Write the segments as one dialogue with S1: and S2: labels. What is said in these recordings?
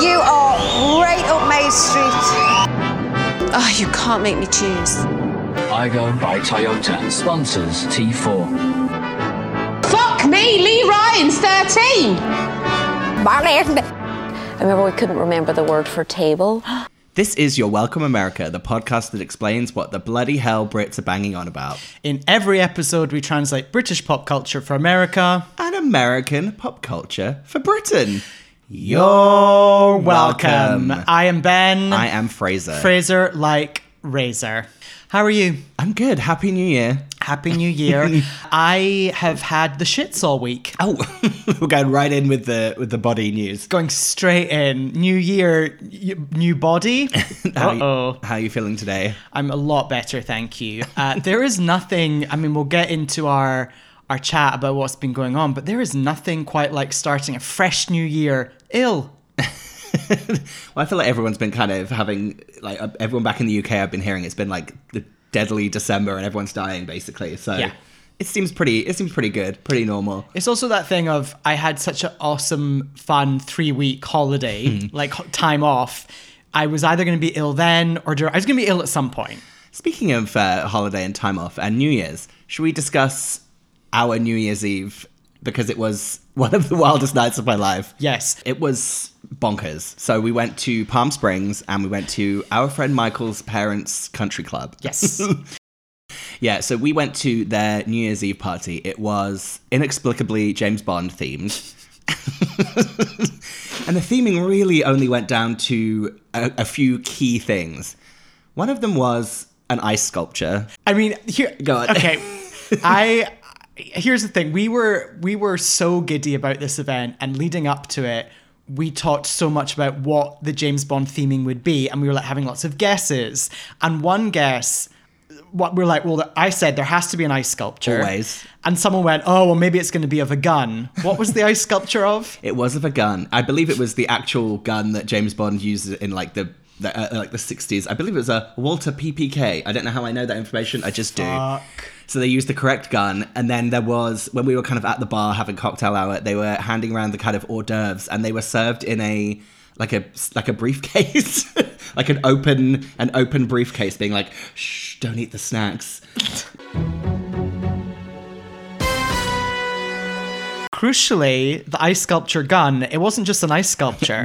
S1: You are right up Main Street.
S2: Oh, you can't make me choose.
S3: I go by Toyota. Sponsors T4.
S4: Fuck me, Lee Ryan's 13.
S5: I remember we couldn't remember the word for table.
S6: This is Your Welcome America, the podcast that explains what the bloody hell Brits are banging on about.
S7: In every episode, we translate British pop culture for America.
S6: An American pop culture for Britain.
S7: You're welcome.
S6: welcome.
S7: I am Ben.
S6: I am Fraser.
S7: Fraser like Razor. How are you?
S6: I'm good. Happy New Year.
S7: Happy New Year. I have had the shits all week.
S6: Oh, we're going right in with the with the body news.
S7: Going straight in. New year, y- new body.
S6: How you-
S7: Uh oh.
S6: how are you feeling today?
S7: I'm a lot better, thank you. Uh, there is nothing. I mean, we'll get into our our chat about what's been going on, but there is nothing quite like starting a fresh new year ill.
S6: Well, I feel like everyone's been kind of having like uh, everyone back in the UK. I've been hearing it's been like the deadly December and everyone's dying basically. So
S7: Yeah.
S6: it seems pretty. It seems pretty good. Pretty normal.
S7: It's also that thing of I had such an awesome, fun three week holiday,
S6: Hmm.
S7: like ho- time off. I was either going to be ill then or dur- I was going to be ill at some point.
S6: Speaking of uh, holiday and time off and New Year's, should we discuss our New Year's Eve? Because it was one of the wildest nights of my life.
S7: Yes.
S6: It was bonkers. So we went to Palm Springs and we went to our friend Michael's parents' country club.
S7: Yes.
S6: Yeah, so we went to their New Year's Eve party. It was inexplicably James Bond themed. and the theming really only went down to a, a few key things. One of them was an ice sculpture.
S7: I mean, here.
S6: Go on.
S7: Okay, I. Here's the thing: we were we were so giddy about this event, and leading up to it, we talked so much about what the James Bond theming would be, and we were like having lots of guesses. And one guess, what we were like, well, I said there has to be an ice sculpture.
S6: Always.
S7: And someone went, oh, well, maybe it's going to be of a gun. What was the ice sculpture of?
S6: It was of a gun. I believe it was the actual gun that James Bond used in like the, the uh, like the 60s. I believe it was a Walter PPK. I don't know how I know that information. I just do. So they used the correct gun, and then there was when we were kind of at the bar having cocktail hour, they were handing around the kind of hors d'oeuvres, and they were served in a like a like a briefcase, like an open an open briefcase, being like, "Shh, don't eat the snacks."
S7: Crucially, the ice sculpture gun. It wasn't just an ice sculpture.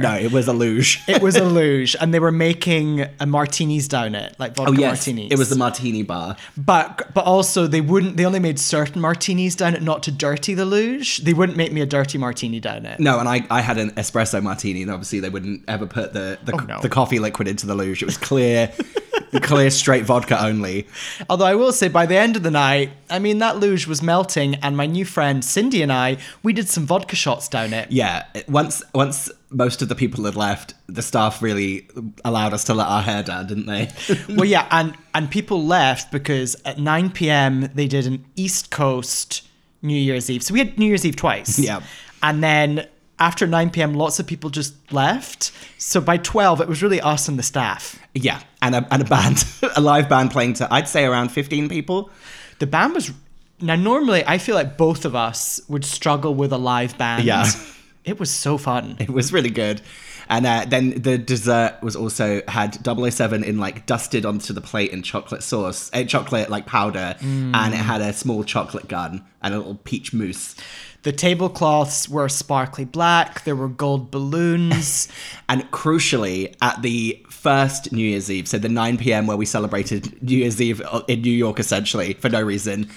S6: No, it was a luge.
S7: It was a luge, and they were making a martinis down it, like vodka
S6: oh yes,
S7: martinis.
S6: it was the martini bar.
S7: But but also they wouldn't. They only made certain martinis down it, not to dirty the luge. They wouldn't make me a dirty martini down it.
S6: No, and I, I had an espresso martini, and obviously they wouldn't ever put the the,
S7: no.
S6: the coffee liquid into the luge. It was clear, clear straight vodka only.
S7: Although I will say, by the end of the night, I mean that luge was melting, and my new friend Cindy and I, we did some vodka shots down it.
S6: Yeah, it- once once most of the people had left, the staff really allowed us to let our hair down, didn't they?
S7: Well, yeah, and and people left because at 9 p.m. they did an East Coast New Year's Eve. So we had New Year's Eve twice.
S6: Yeah.
S7: And then after 9 p.m., lots of people just left. So by 12, it was really us and the staff.
S6: yeah, and a and a band, a live band playing to I'd say around fifteen people.
S7: The band was now normally I feel like both of us would struggle with a live band.
S6: Yeah.
S7: It was so fun.
S6: It was really good. And uh, then the dessert was also had 007 in like dusted onto the plate in chocolate sauce, uh, chocolate like powder, and it had a small chocolate gun and a little peach mousse.
S7: The tablecloths were sparkly black, there were gold balloons.
S6: And crucially, at the first New Year's Eve, so the 9 p.m. where we celebrated New Year's Eve uh, in New York, essentially for no reason,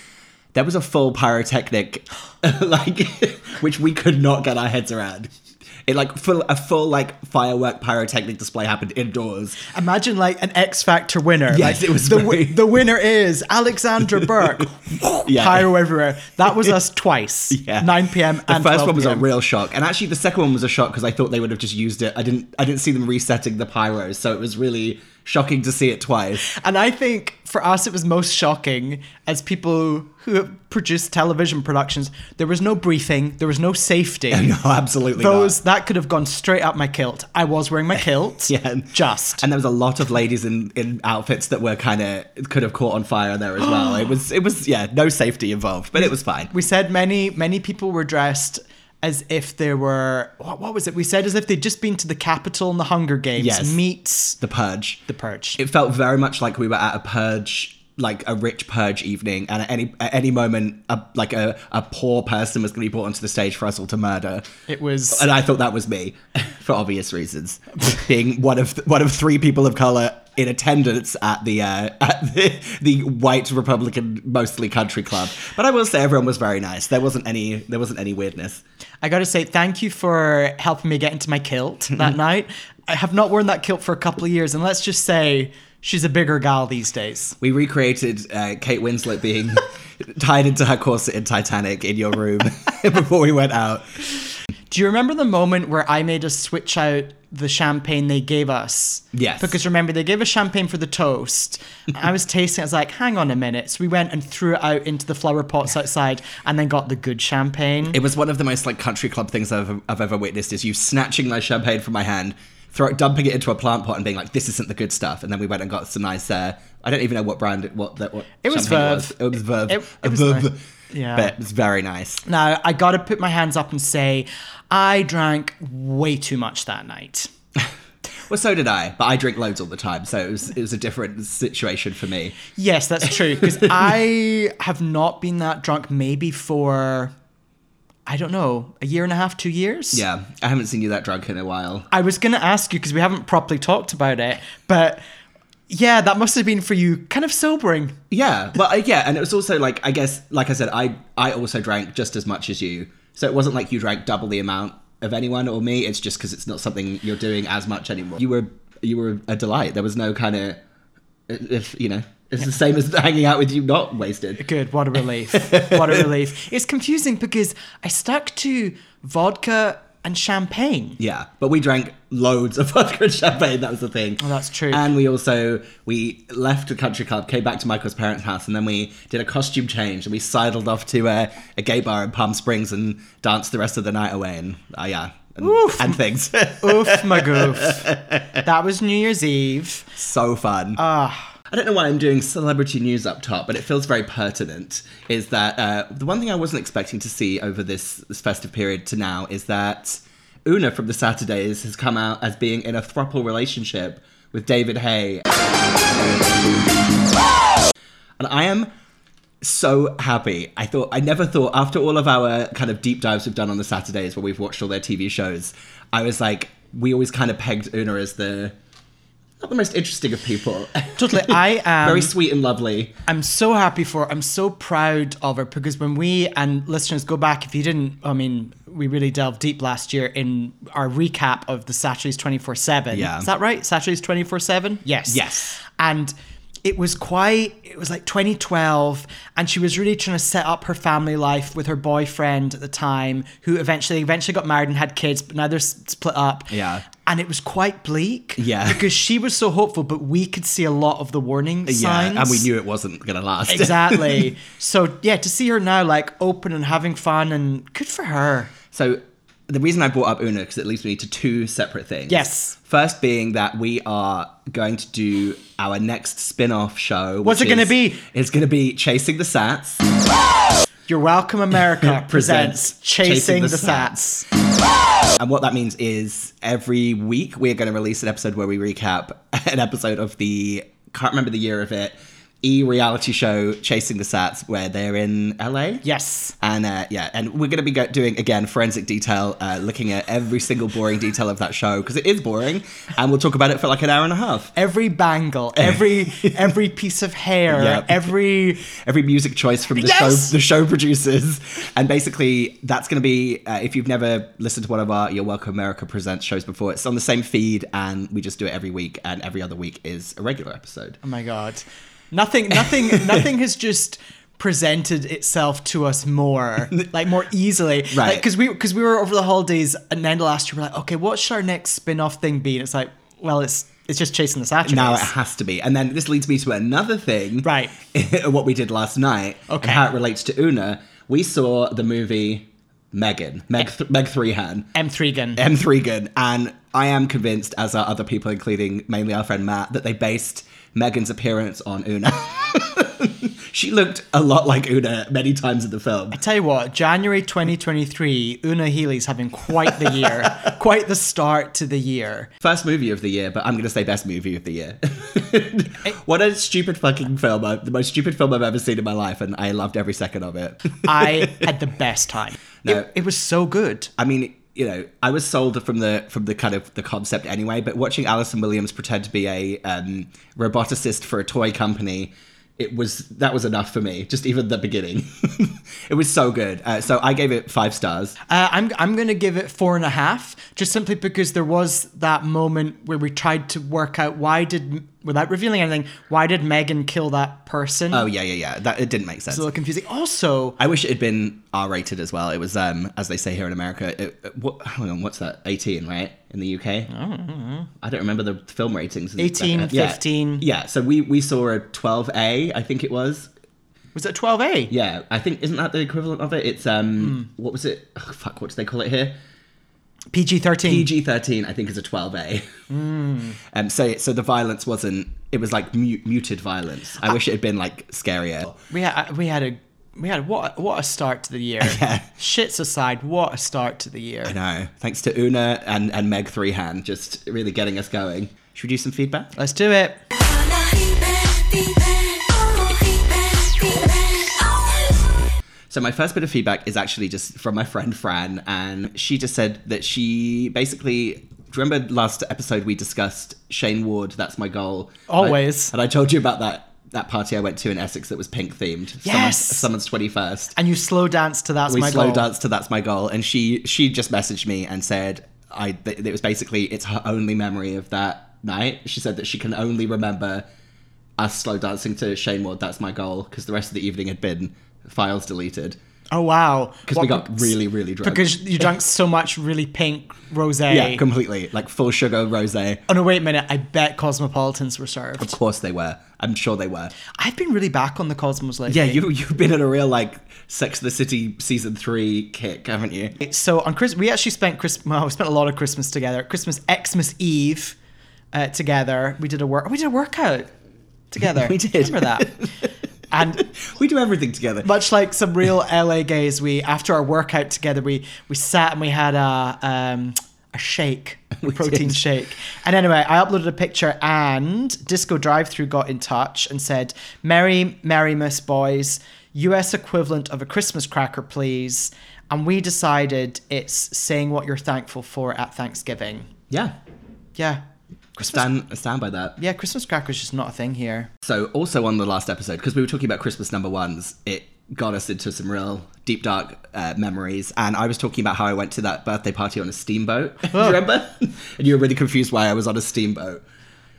S6: there was a full pyrotechnic, like which we could not get our heads around. It like full a full like firework pyrotechnic display happened indoors.
S7: Imagine like an X Factor winner.
S6: Yes,
S7: Like,
S6: it was
S7: the,
S6: very-
S7: wi- the winner is Alexandra Burke.
S6: Yeah.
S7: Oh, Pyro everywhere. That was us twice.
S6: Yeah.
S7: 9 p.m.
S6: The
S7: and
S6: first
S7: 12
S6: one was a
S7: p.m..
S6: real shock, and actually the second one was a shock because I thought they would have just used it. I didn't. I didn't see them resetting the pyros, so it was really shocking to see it twice.
S7: And I think for us, it was most shocking as people who produce television productions. There was no briefing. There was no safety.
S6: No, absolutely
S7: Those
S6: not.
S7: that could have gone straight up my kilt. I was wearing my kilt.
S6: Yeah.
S7: just.
S6: And there was a lot of ladies in, in outfits that were kind of could have caught on fire there as well. it was. It was. Yeah, no safety involved, but it was fine.
S7: we said many many people were dressed as if there were what, what was it? We said as if they'd just been to the capital in the Hunger Games.
S6: Yes.
S7: Meets
S6: The Purge.
S7: the Purge.
S6: it felt very much like we were at a purge like a rich purge evening and at any at any moment a, like a, a poor person was going to be brought onto the stage for us all to murder
S7: It was-
S6: and i thought that was me for obvious reasons being one of th- one of three people of color in attendance at the uh, at the, the white republican mostly country club but i will say everyone was very nice there wasn't any there wasn't any weirdness
S7: I gotta say, thank you for helping me get into my kilt that night. I have not worn that kilt for a couple of years, and let's just say she's a bigger gal these days.
S6: we recreated uh, kate winslet being tied into her corset in titanic in your room before we went out
S7: Do you remember the moment where I made us switch out the champagne they gave us?
S6: Yes.
S7: Because remember, they gave us champagne for the toast. I was tasting it, I was like, hang on a minute. So we went and threw it out into the flower pots outside and then got the good champagne.
S6: It was one of the most like country club things I've, ever- I've ever witnessed. Is you snatching my champagne from my hand, throw dumping it into a plant pot, and being like, "This isn't the good stuff." And then we went and got some nice. Uh, I don't even know what brand it what that what.
S7: It was
S6: champagne
S7: Verve.
S6: It was Verve.
S7: It- it was
S6: Verve.
S7: nice. Yeah.
S6: but it was very nice.
S7: Now, I gotta put my hands up and say, I drank way too much that night.
S6: Well, so did I, but I drink loads all the time, so it was it was a different situation for me.
S7: Yes, that's true. Because I have not been that drunk maybe for, I don't know, a year and a half, two years?
S6: Yeah, I haven't seen you that drunk in a while.
S7: I was going to ask you because we haven't properly talked about it, but yeah, that must have been for you kind of sobering.
S6: Yeah, well, uh, yeah, and it was also like I guess, like I said, I I also drank just as much as you, so it wasn't like you drank double the amount of anyone or me. It's just because it's not something you're doing as much anymore. You were you were a delight. There was no kind of if you know. It's the same as hanging out with you not wasted.
S7: Good, what a relief. what a relief. It's confusing because I stuck to vodka and champagne.
S6: Yeah, but we drank loads of vodka and champagne. That was the thing.
S7: Well, Oh, that's true.
S6: And we also we left the country club, came back to Michael's parents' house, and then we did a costume change and we sidled off to a, a gay bar in Palm Springs and danced the rest of the night away and uh, yeah, and, and things.
S7: Oof, my goof. That was New Year's Eve.
S6: so fun. I don't know why I'm doing celebrity news up top, but it feels very pertinent. Is that uh, the one thing I wasn't expecting to see over this, this festive period to now is that Una from the Saturdays has come out as being in a throuple relationship with David Hay. And I am so happy. I thought I never thought after all of our kind of deep dives we've done on the Saturdays where we've watched all their TV shows, I was like, we always kind of pegged Una as the not the most interesting of people.
S7: Totally. um, I am.
S6: Very sweet and lovely.
S7: I'm so happy for her. I'm so proud of her because when we and listeners go back, if you didn't, I mean, we really delved deep last year in our recap of the Saturdays 24 7.
S6: Yeah.
S7: Is that right? Saturdays 24 7? Yes.
S6: Yes.
S7: And it was quite, it was like 2012, and she was really trying to set up her family life with her boyfriend at the time, who eventually eventually got married and had kids, but now they're s- split up.
S6: Yeah.
S7: And it was quite bleak.
S6: Yeah.
S7: Because she was so hopeful, but we could see a lot of the warning signs.
S6: Yeah, and we knew it wasn't gonna last.
S7: Exactly. so yeah, to see her now like open and having fun and good for her.
S6: so the reason I brought up Una because it leads me to two separate things.
S7: Yes.
S6: First being that we are going to do our next spin-off show.
S7: What's
S6: which
S7: it gonna
S6: is-
S7: be?
S6: It's gonna be Chasing the Sats.
S7: You're welcome, America presents Chasing, the, Sats.
S6: And what that means is every week we're going to release an episode where we recap an episode of the can't remember the year of it e reality show Chasing the Sats where they're in LA.
S7: Yes.
S6: And uh, yeah, and we're going to be go- doing again forensic detail, uh, looking at every single boring detail of that show because it is boring, and we'll talk about it for like an hour and a half.
S7: Every bangle, every every piece of hair,
S6: Yep.
S7: every
S6: every music choice from the
S7: Yes!
S6: show the show producers and basically that's going to be uh, if you've never listened to one of our your welcome america presents shows before it's on the same feed and we just do it every week and every other week is a regular episode
S7: Oh my god. Nothing nothing nothing has just presented itself to us more like more easily
S6: Right.
S7: because we because we were over the holidays and then last year we're like okay what should our next spin-off thing be and it's like well it's it's just chasing the Saturdays
S6: now it has to be and then this leads me to another thing
S7: Right.
S6: what we did last night
S7: Okay.
S6: and how it relates to una we saw the movie megan meg, th- meg Threehan.
S7: M3 gun.
S6: M three gun, and I am convinced, as are other people, including mainly our friend Matt, that they based Megan's appearance on Una. She looked a lot like Una many times in the film.
S7: Tell you what, January 2023, Una Healy's having quite the year, quite the start to the year.
S6: First movie of the year, but I'm going to say best movie of the year. what a stupid fucking film. I- The most stupid film I've ever seen in my life, and I loved every second of it.
S7: I had the best time.
S6: No.
S7: It, it was so good.
S6: I mean, you know, I was sold from the from the kind of the concept anyway. But watching Alison Williams pretend to be a um, roboticist for a toy company, it was that was enough for me. Just even the beginning, it was so good. Uh, so I gave it five stars.
S7: Uh, I'm I'm gonna give it four and a half, just simply because there was that moment where we tried to work out why did without revealing anything why did Megan kill that person?
S6: Oh yeah, yeah, yeah. That it didn't make sense.
S7: It's a little confusing. Also,
S6: I wish it had been R rated as well. It was, um, as they say here in America, it, it- what, hang on, what's that? 18, right? In the UK? Oh, I don't, remember the film ratings.
S7: 18,
S6: Yeah.
S7: 15.
S6: Yeah, so we, we saw a 12A, I think it was.
S7: was it 12A?
S6: Yeah, I think, isn't that the equivalent of it? It's, um, what was it? Oh, fuck, what do they call it here?
S7: PG thirteen.
S6: PG 13, I think, is a 12A. Um, so, so the violence wasn't, it was like mu- muted violence. I wish it had been like scarier.
S7: We had uh, we had a we had what what a start to the year. Shits aside, what a start to the year.
S6: No, thanks to Una and, and Meg Three Hand, just really getting us going. Should we do some feedback?
S7: Let's do it.
S6: So my first bit of feedback is actually just from my friend Fran, and she just said that she basically. Do you remember last episode we discussed Shane Ward? That's my goal.
S7: Always.
S6: And I, and I told you about that that party I went to in Essex that was pink themed.
S7: Yes!
S6: someone's twenty first.
S7: And you slow dance to that's
S6: we
S7: my
S6: slow
S7: goal.
S6: danced to that's my goal and she she just messaged me and said i th- it was basically it's her only memory of that night she said that she can only remember us slow dancing to shane ward that's my goal because the rest of the evening had been files deleted
S7: Oh wow!
S6: because we got really really drunk
S7: because you drank so much really pink rosé.
S6: yeah completely like full sugar rose of
S7: oh no! Wait a minute. I bet cosmopolitans were served.
S6: course they were i'm sure they were
S7: I've been really back on the Cosmos lately.
S6: yeah you, you've been in a real like sex of the city season three kick haven't you
S7: So on Chris, we actually spent Christmas. Well, we spent a lot of Christmas together. Christmas, Xmas Eve, uh, together. We did a work. We did a workout together.
S6: We did.
S7: Remember that? and
S6: we do everything together
S7: much like some real LA gays, we after our workout together, we we sat and we had a um, a shake, a protein
S6: did.
S7: shake. And anyway, I uploaded a picture, and Disco Drive Through got in touch and said, "Merry Merry Miss Boys, U.S. equivalent of a Christmas cracker, please." And we decided it's saying what you're thankful for at Thanksgiving.
S6: yeah
S7: Yeah,
S6: stand stand by that
S7: yeah, Christmas crackers just not a thing here.
S6: So, also on the last episode, because we were talking about Christmas number ones, it got us into some real deep, dark uh, memories. And I was talking about how I went to that birthday party on a steamboat. Do you remember? and you were really confused why I was on a steamboat.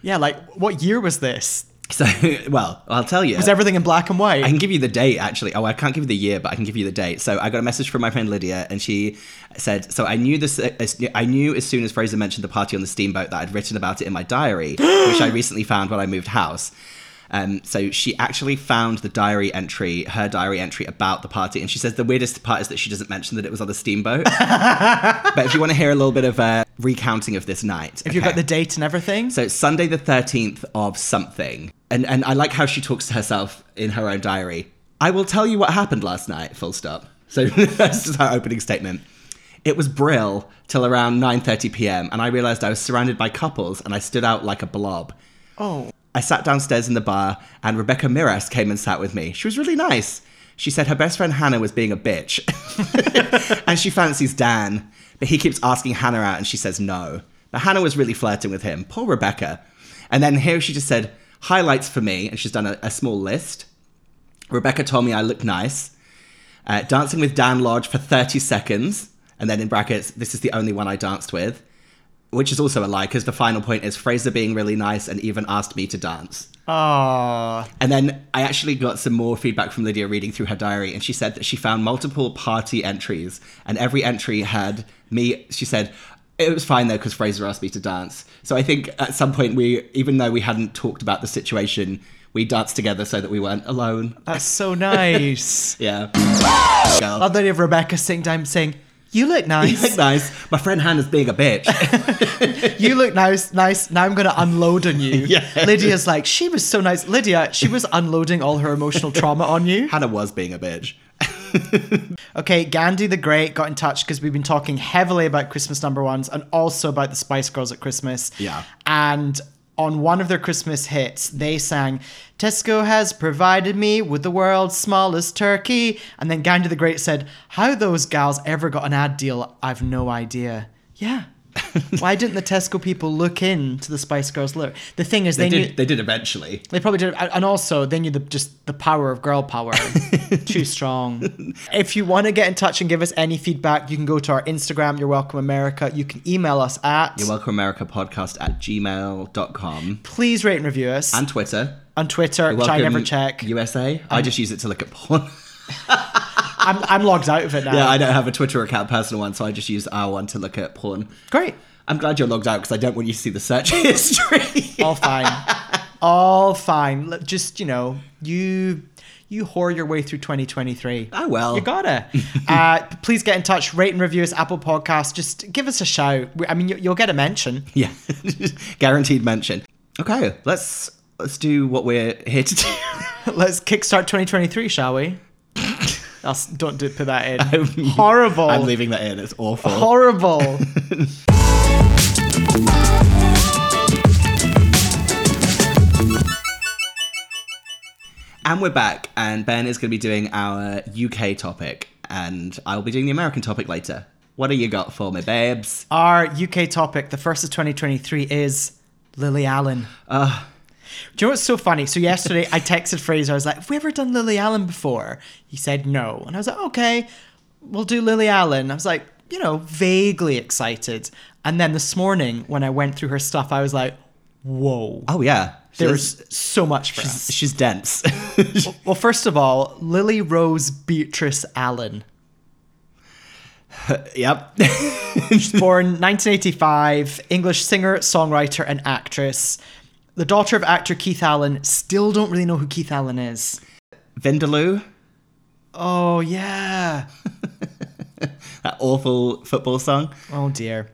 S7: Yeah, like what year was this?
S6: So, well, I'll tell you.
S7: Was everything in black and white?
S6: I can give you the date actually. Oh, I can't give you the year, but I can give you the date. So I got a message from my friend Lydia, and she said, "So I knew this. uh, as- I knew as soon as Fraser mentioned the party on the steamboat that I'd written about it in my diary, which I recently found when I moved house." Um, so she actually found the diary entry, her diary entry about the party, and she says the weirdest part is that she doesn't mention that it was on the steamboat. but if you want to hear a little bit of uh, recounting of this night,
S7: if you've got
S6: okay.
S7: the date and everything.
S6: So it's Sunday the 13th of something. And and I like how she talks to herself in her own diary. I will tell you what happened last night, full stop. So that's just her opening statement. It was brill till around 9:30 p.m. and I realized I was surrounded by couples and I stood out like a blob.
S7: oh.
S6: I sat downstairs in the bar and Rebecca Miras came and sat with me. She was really nice. She said her best friend Hannah was being a bitch and she fancies Dan, but he keeps asking Hannah out and she says no. But Hannah was really flirting with him. Poor Rebecca. And then here she just said, highlights for me, and she's done a, a small list. Rebecca told me I look nice. Uh, dancing with Dan Lodge for 30 seconds. And then in brackets, this is the only one I danced with which is also a lie because the final point is Fraser being really nice and even asked me to dance.
S7: Aww.
S6: And then I actually got some more feedback from Lydia reading through her diary, and she said that she found multiple party entries, and every entry had me. She said. It was fine though because Fraser asked me to dance. So I think at some point we, even though we hadn't talked about the situation, we danced together so that we weren't alone.
S7: That's so nice.
S6: Yeah.
S7: Love the idea of Rebecca sitting down and saying, You look nice.
S6: Like, nice. My friend Hannah's being a bitch.
S7: you look nice, nice. Now I'm gonna unload on you.
S6: Yeah.
S7: Lydia's like, she was so nice. Lydia, she was unloading all her emotional trauma on you.
S6: Hannah was being a bitch.
S7: Okay, Gandhi the Great got in touch because we've been talking heavily about Christmas number ones and also about the Spice Girls at Christmas.
S6: Yeah.
S7: And on one of their Christmas hits, they sang, Tesco has provided me with the world's smallest turkey. And then Gandhi the Great said, How those gals ever got an ad deal, I've no idea. Yeah. Why didn't the Tesco people look into the Spice Girls look? The thing is,
S6: They,
S7: they,
S6: did.
S7: knew
S6: They did eventually.
S7: they probably did, and also they knew the just the power of girl power. Too strong. If you want to get in touch and give us any feedback, you can go to our Instagram. You're welcome, America. You can email us at.
S6: You're welcome, America podcast at gmail.com
S7: Please rate and review us
S6: and Twitter.
S7: on Twitter,
S6: You're
S7: which I
S6: welcome,
S7: never check. Um,
S6: USA. I just use it to look at porn.
S7: I'm, I'm logged out of it now.
S6: yeah, I don't have a Twitter account, personal one, so I just use our one to look at porn.
S7: Great.
S6: I'm glad you're logged out because I don't want you to see the search history.
S7: All fine. All fine. L- Just you know, you you whore your way through 2023.
S6: I will.
S7: You gotta. uh, please get in touch. Rate and review us. Apple Podcast. Just give us a shout. We- I mean, you, you'll get a mention.
S6: yeah, guaranteed mention. Okay, let's let's do what we're here to do.
S7: Let's kickstart 2023, shall we? That's, don't do, put that in. horrible.
S6: I'm leaving that in. It's awful.
S7: Horrible.
S6: and we're back, and Ben is going to be doing our UK topic, and I'll be doing the American topic later. What do you got for me, babes?
S7: Our UK topic, the first of 2023, is Lily Allen.
S6: Uh.
S7: Do you know what's so funny? So yesterday I texted Fraser, I was like, have we ever done Lily Allen before? He said no. And I was like, okay, we'll do Lily Allen. I was like, you know, vaguely excited. And then this morning when I went through her stuff, I was like, whoa.
S6: Oh yeah,
S7: There's
S6: she's,
S7: so much for us.
S6: she's dense.
S7: Well, first of all, Lily Rose Beatrice Allen.
S6: yep.
S7: born 1985, English singer, songwriter, and actress. The daughter of actor Keith Allen. Still don't really know who Keith Allen is.
S6: Vindaloo,
S7: Oh, yeah.
S6: that awful football song.
S7: Oh, dear.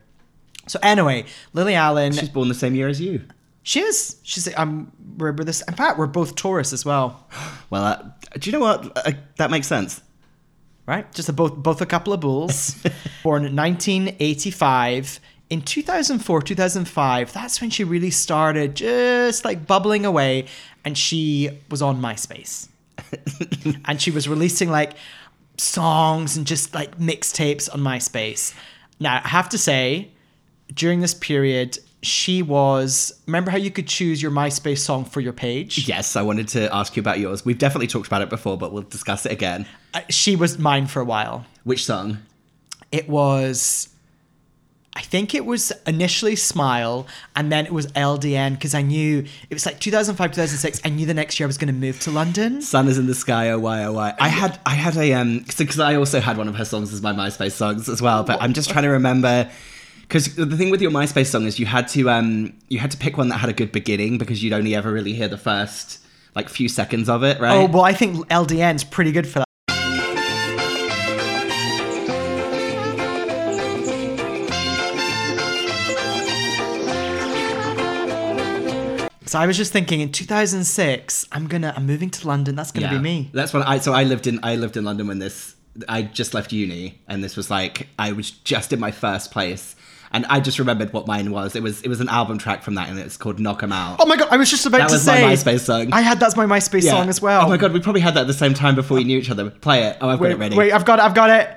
S7: So, anyway, Lily Allen.
S6: She's born the same year as you.
S7: she is. She's, I'm, we're, we're this, in fact, we're both Taurus as well,
S6: Well, uh, do you know what? Uh, that makes sense.
S7: right? Just a, both, both a couple of bulls. born 1985. In 2004, 2005, that's when she really started just like bubbling away, and she was on MySpace. and she was releasing like songs and just like mixtapes on MySpace. Now, I have to say, during this period, she was. Remember how you could choose your MySpace song for your page?
S6: Yes, I wanted to ask you about yours. We've definitely talked about it before, but we'll discuss it again.
S7: Uh, She was mine for a while.
S6: Which song?
S7: It was. I think it was initially Smile and then it was LDN because I knew it was like 2005, 2006. I knew the next year I was going to move to London.
S6: Sun is in the sky. Oh why? Oh why? I had I had a um because I also had one of her songs as my MySpace songs as well. But I'm just trying to remember because the thing with your MySpace song is you had to um you had to pick one that had a good beginning because you'd only ever really hear the first like few seconds of it, right?
S7: Oh, well, I think LDN's pretty good for that. So I was just thinking in 2006, I'm gonna, I'm moving to London. That's gonna
S6: Yeah.
S7: be me.
S6: That's when I so I lived in I lived in London when this I just left uni and this was like I was just in my first place and I just remembered what mine was. It was it was an album track from that and it's called Knock 'Em Out.
S7: Oh my god, I was just about
S6: That
S7: to
S6: was
S7: say.
S6: my MySpace song.
S7: I had that's my MySpace
S6: Yeah.
S7: song as well.
S6: Oh my god, we probably had that at the same time before we knew each other. Play it. Oh, I've got
S7: Wait,
S6: it ready.
S7: wait, I've got it. I've got it.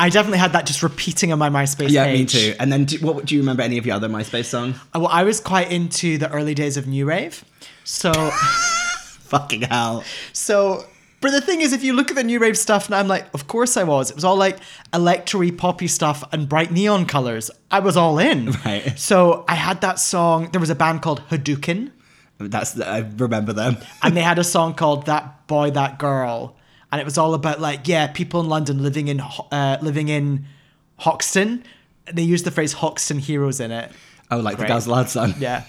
S7: I definitely had that just repeating on my MySpace
S6: yeah, me
S7: page.
S6: too. And then, do, what do you remember? Any of your other MySpace songs?
S7: Well, I was quite into the early days of new wave, so
S6: Fucking hell!
S7: so. But the thing is, if you look at the new wave stuff, and I'm like, of course I was. It was all like electro poppy stuff and bright neon colors. I was all in.
S6: Right.
S7: So I had that song. There was a band called Hadouken,
S6: That's I remember them.
S7: and they had a song called "That Boy, That Girl," and it was all about like yeah, people in London living in ho- uh, living in Hoxton. They used the phrase "Hoxton heroes" in it.
S6: Oh, like
S7: Great.
S6: the Gaz Lad song.
S7: Yeah.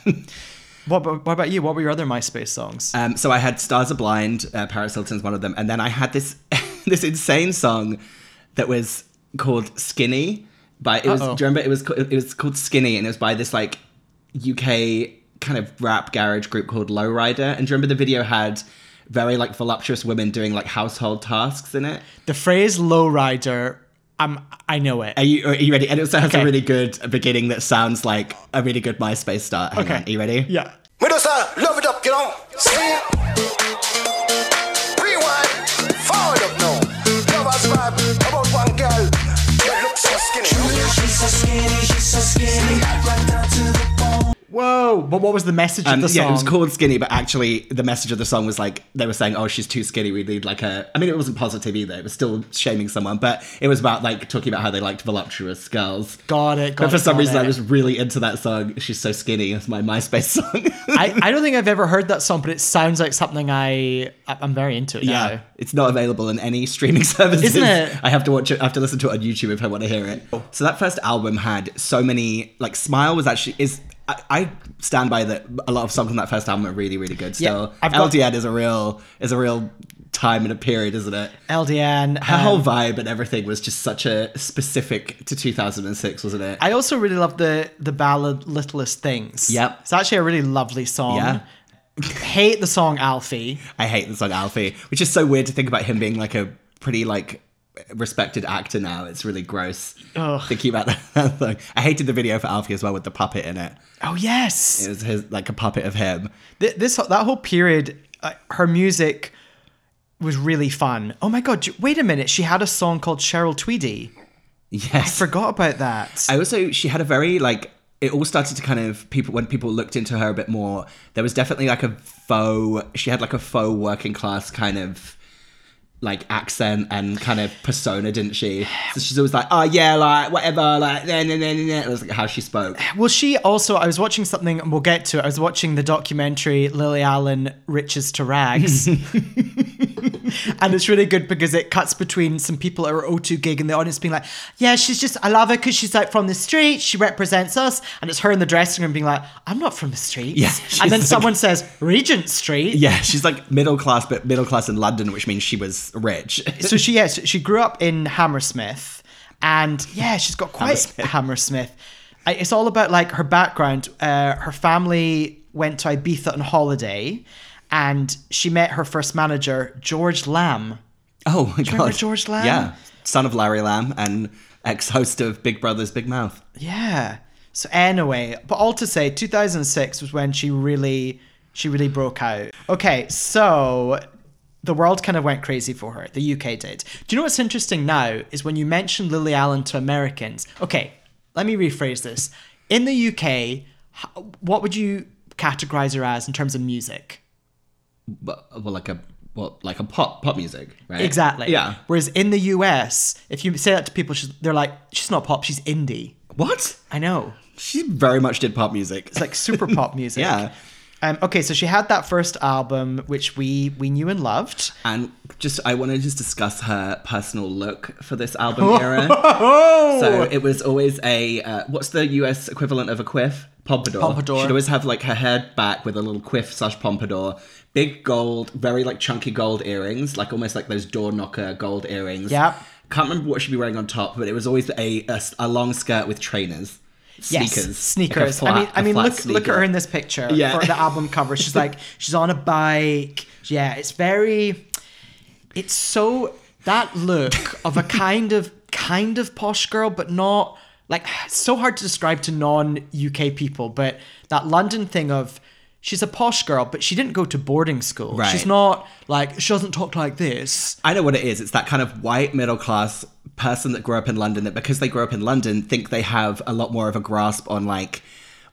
S7: what, about- what about you? What were your other MySpace songs?
S6: Um, so I had Stars Are Blind, uh, Paris Hilton's one of them, and then I had this this insane song that was called Skinny. By it was, do
S7: Uh-oh.
S6: you remember it was ca- it was called Skinny, and it was by this like UK kind of rap garage group called Lowrider. And do you remember the video had very like voluptuous women doing like household tasks in it?
S7: the phrase "lowrider," I'm I know it.
S6: Are you are you ready? And it also has
S7: Okay.
S6: a really good beginning that sounds like a really good MySpace start. Hang
S7: Okay.
S6: on, are you ready?
S7: yeah.
S8: Middleside, love it up, get on. See it. Rewind, forward up now. Love us vibe about one girl. You look so skinny.
S7: Whoa! But what was the message
S6: Um,
S7: of the song?
S6: yeah, it was called Skinny, but actually the message of the song was like they were saying, "Oh, she's too skinny. We need like a." I mean, it wasn't positive either. It was still shaming someone, but it was about like talking about how they liked voluptuous girls.
S7: Got it. Got
S6: but for
S7: it,
S6: some
S7: got
S6: reason, I
S7: it.
S6: was really into that song. She's so skinny. It's my MySpace song.
S7: I, I don't think I've ever heard that song, but it sounds like something I I- I'm very into it now.
S6: yeah, it's not available in any streaming services.
S7: Isn't it?
S6: I have to watch it. I have to listen to it on YouTube if I want to hear it. So that first album had so many. Like Smile was actually is. I, I stand by that. A lot of songs on that first album are really, really good. Still,
S7: I've got-
S6: LDN is a real is a real time and a period, isn't it?
S7: LDN.
S6: Her
S7: um,
S6: whole vibe and everything was just such a specific to 2006, wasn't it?
S7: I also really love the the ballad "Littlest Things."
S6: Yep.
S7: it's actually a really lovely song.
S6: Yeah.
S7: Hate the song Alfie.
S6: I hate the song Alfie, which is so weird to think about him being like a pretty like respected actor now. It's really gross thinking about that thing. I hated the video for Alfie as well with the puppet in it.
S7: Oh yes,
S6: It was his like a puppet of him.
S7: Th- this that whole period, uh, her music was really fun. Oh my god! j- Wait a minute, she had a song called Cheryl Tweedy.
S6: Yes.
S7: Forgot about that.
S6: I also she had a very like it all started to kind of people when people looked into her a bit more. There was definitely like a faux. She had like a faux working class kind of like accent and kind of persona, didn't she? So she's always like, oh yeah, like whatever, like nah, nah, nah, nah, nah. It was like how she spoke.
S7: Well, she also, I was watching something, and we'll get to it. I was watching the documentary Lily Allen Riches to Rags. and it's really good because it cuts between some people at her O2 gig and the audience being like, Yeah, she's just, I love her because she's like from the street. She represents us. And it's her in the dressing room being like, I'm not from the streets.
S6: Yeah,
S7: and
S6: she's
S7: then
S6: like-
S7: someone says, Regent Street.
S6: Yeah, she's like middle class, but middle class in London, which means she was rich.
S7: so she yes she grew up in Hammersmith, and yeah, she's got quite Hammersmith.
S6: Hammersmith.
S7: I- It's all about like her background. Uh, her family went to Ibiza on holiday, and she met her first manager George Lamb.
S6: Oh my god,
S7: remember George Lamb?
S6: Yeah, son of Larry Lamb and ex-host of Big Brother's Big Mouth.
S7: Yeah. So anyway, but all to say, 2006 was when she really, she really broke out. Okay, so the world kind of went crazy for her. The UK did. Do you know what's interesting now is when you mention Lily Allen to Americans. Okay, let me rephrase this. In the UK, h- what would you categorize her as in terms of music?
S6: But well, like a well, like a pop pop music, right?
S7: Exactly.
S6: Eh, Yeah.
S7: Whereas in the US, if you say that to people, she's, they're like, she's not pop, she's indie.
S6: What?
S7: I know.
S6: She very much did pop music.
S7: It's like super pop music.
S6: Yeah.
S7: Um, okay, so she had that first album, which we we knew and loved.
S6: and just I want to just discuss her personal look for this album era. so it was always a uh, what's the US equivalent of a quiff? Pompadour.
S7: Pompadour.
S6: She'd always have like her hair back with a little quiff slash pompadour, big gold, very like chunky gold earrings, like almost like those door knocker gold earrings.
S7: Yep.
S6: Can't remember what she'd be wearing on top, but it was always a a, a long skirt with trainers. Sneakers. Like a
S7: Yes, sneakers.
S6: flat-
S7: I mean, I
S6: a
S7: mean,
S6: flat
S7: look look at
S6: sneaker.
S7: her in this picture
S6: Yeah.
S7: for the album cover. She's like she's on a bike. Yeah, it's very. It's so that look of a kind of kind of posh girl, but not like it's so hard to describe to non UK people. But that London thing of. She's a posh girl, but she didn't go to boarding school.
S6: Right.
S7: She's not like she doesn't talk like this.
S6: I know what it is. It's that kind of white middle class person that grew up in London that because they grew up in London think they have a lot more of a grasp on like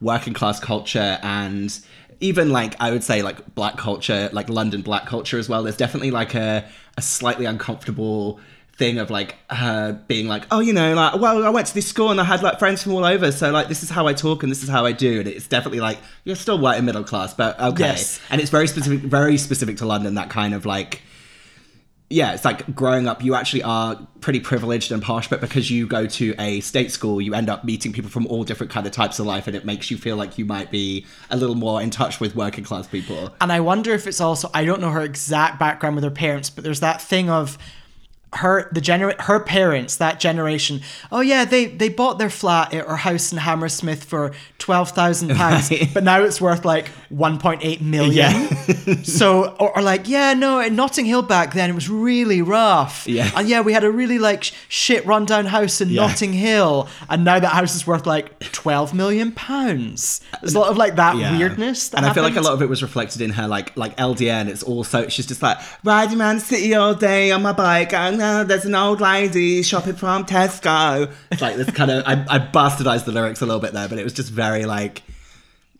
S6: working class culture and even like I would say like black culture, like London black culture as well. There's definitely like a a slightly uncomfortable thing of like her being like, oh, you know, like, well, I went to this school and I had like friends from all over, so like this is how I talk and this is how I do, and it's definitely like you're still white and middle class, but okay,
S7: Yes.
S6: and it's very specific, very specific to London that kind of like yeah, it's like growing up, you actually are pretty privileged and posh, but because you go to a state school, you end up meeting people from all different kind of types of life, and it makes you feel like you might be a little more in touch with working class people.
S7: And I wonder if it's also I don't know her exact background with her parents, but there's that thing of her the gener her parents that generation. Oh yeah, they they bought their flat or house in Hammersmith for twelve thousand pounds,
S6: Right.
S7: but now it's worth like one point eight million. so or, or like yeah no in Notting Hill back then it was really rough.
S6: Yeah.
S7: and yeah we had a really like sh- shit rundown house in
S6: Yeah.
S7: Notting Hill, and now that house is worth like twelve million pounds. There's a lot of like that
S6: Yeah.
S7: weirdness. That
S6: and I feel like a
S7: happened.
S6: lot of it was reflected in her like like LDN. It's also she's just like riding around the city all day on my bike, and uh, there's an old lady shopping from Tesco. It's like this kind of I, I bastardized the lyrics a little bit there, but it was just very like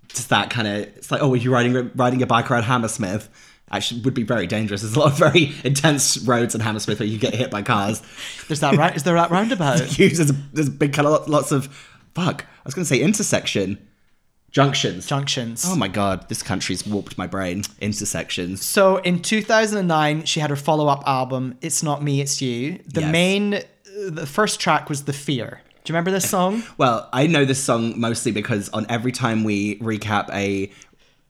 S6: just that kind of. It's like oh, were you riding riding your bike around Hammersmith? Actually, would be very dangerous. There's a lot of very intense roads in Hammersmith where you get hit by cars.
S7: Is that right? Is there that roundabout?
S6: Huge, there's a, there's a big kind of lots of fuck. I was going to say intersection, junctions,
S7: Junctions.
S6: Oh my god, this country's warped my brain. Intersections.
S7: So in 2009, she had her follow up album, It's Not Me, It's You. The
S6: Yes.
S7: main, uh, the first track was The Fear. Do you remember this song?
S6: Well, I know this song mostly because on every time we recap a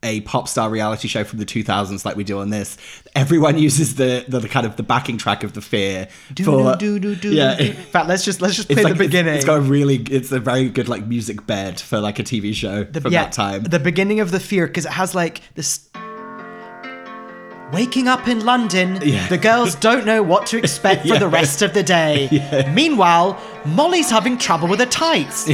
S6: a pop star reality show from the 2000s like we do on this, everyone uses the the, the kind of the backing track of the fear for
S7: do, do, do, do.
S6: yeah.
S7: In fact, let's just let's just
S6: It's
S7: play
S6: like
S7: the beginning.
S6: It's, it's got a really it's a very good like music bed for like a TV show from
S7: yeah,
S6: that time.
S7: The beginning of The Fear, because it has like this. Waking up in London,
S6: Yeah.
S7: the girls don't know what to expect for the
S6: Yeah.
S7: rest of the day. Meanwhile, Molly's having trouble with her tights.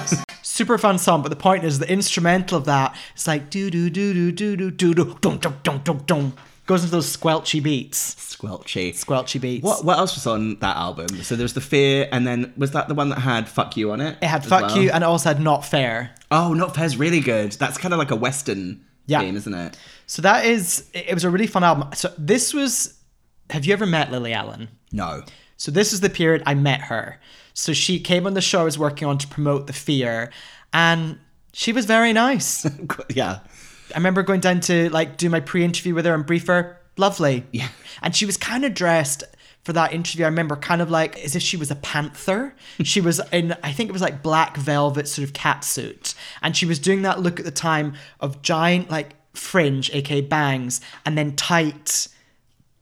S7: Super fun song, but the point is the instrumental of that. It's like do do do do do do do do dum dum dum dum dum. Goes into those squelchy beats.
S6: Squelchy.
S7: Squelchy beats.
S6: What what else was on that album? So there was the fear, and then was that the one that had "fuck you" on it?
S7: It had
S6: as
S7: fuck
S6: well?
S7: you, and it also had not fair.
S6: Oh, Not Fair's really good. That's kind of like a Western
S7: Yeah.
S6: theme, isn't it?
S7: So that is. It it was a really fun album. So this was. Have you ever met Lily Allen?
S6: No.
S7: So this is the period I met her. So she came on the show I was working on to promote the fear, and she was very nice. I
S6: yeah.
S7: remember going down to like do my pre-interview with her and brief her. Lovely. Yeah. And she was kind of dressed for that interview. I remember kind of like as if she was a panther. she was in I think it was like black velvet sort of catsuit, and she was doing that look at the time of giant like fringe, aka bangs, and then tight,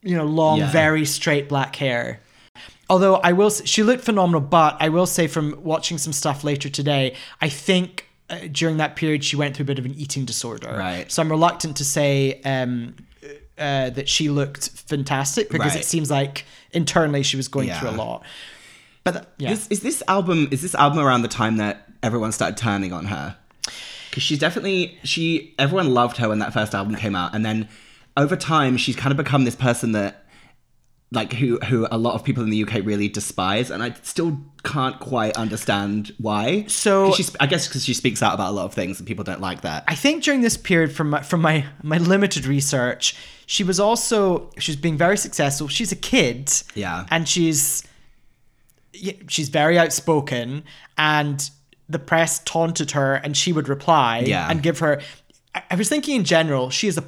S7: you know, long,
S6: Yeah.
S7: very straight black hair. Although I will, s- she looked phenomenal. But I will say, from watching some stuff later today, I think uh, during that period she went through a bit of an eating disorder.
S6: Right.
S7: So I'm reluctant to say um, uh, that she looked fantastic because
S6: Right.
S7: it seems like internally she was going through a
S6: Yeah.
S7: lot. But th- yeah,
S6: Is, is this album is this album around the time that everyone started turning on her? Because she's definitely she everyone loved her when that first album came out, and then over time she's kind of become this person that like who who a lot of people in the UK really despise, and I still can't quite understand why.
S7: So-
S6: 'Cause she, sp- I guess because she speaks out about a lot of things and people don't like that.
S7: I think during this period, from my, from my my limited research, she was also she's being very successful. She's a kid,
S6: Yeah.
S7: and she's y- she's very outspoken, and the press taunted her, and she would reply,
S6: Yeah.
S7: and give her. I, I was thinking in general, she is a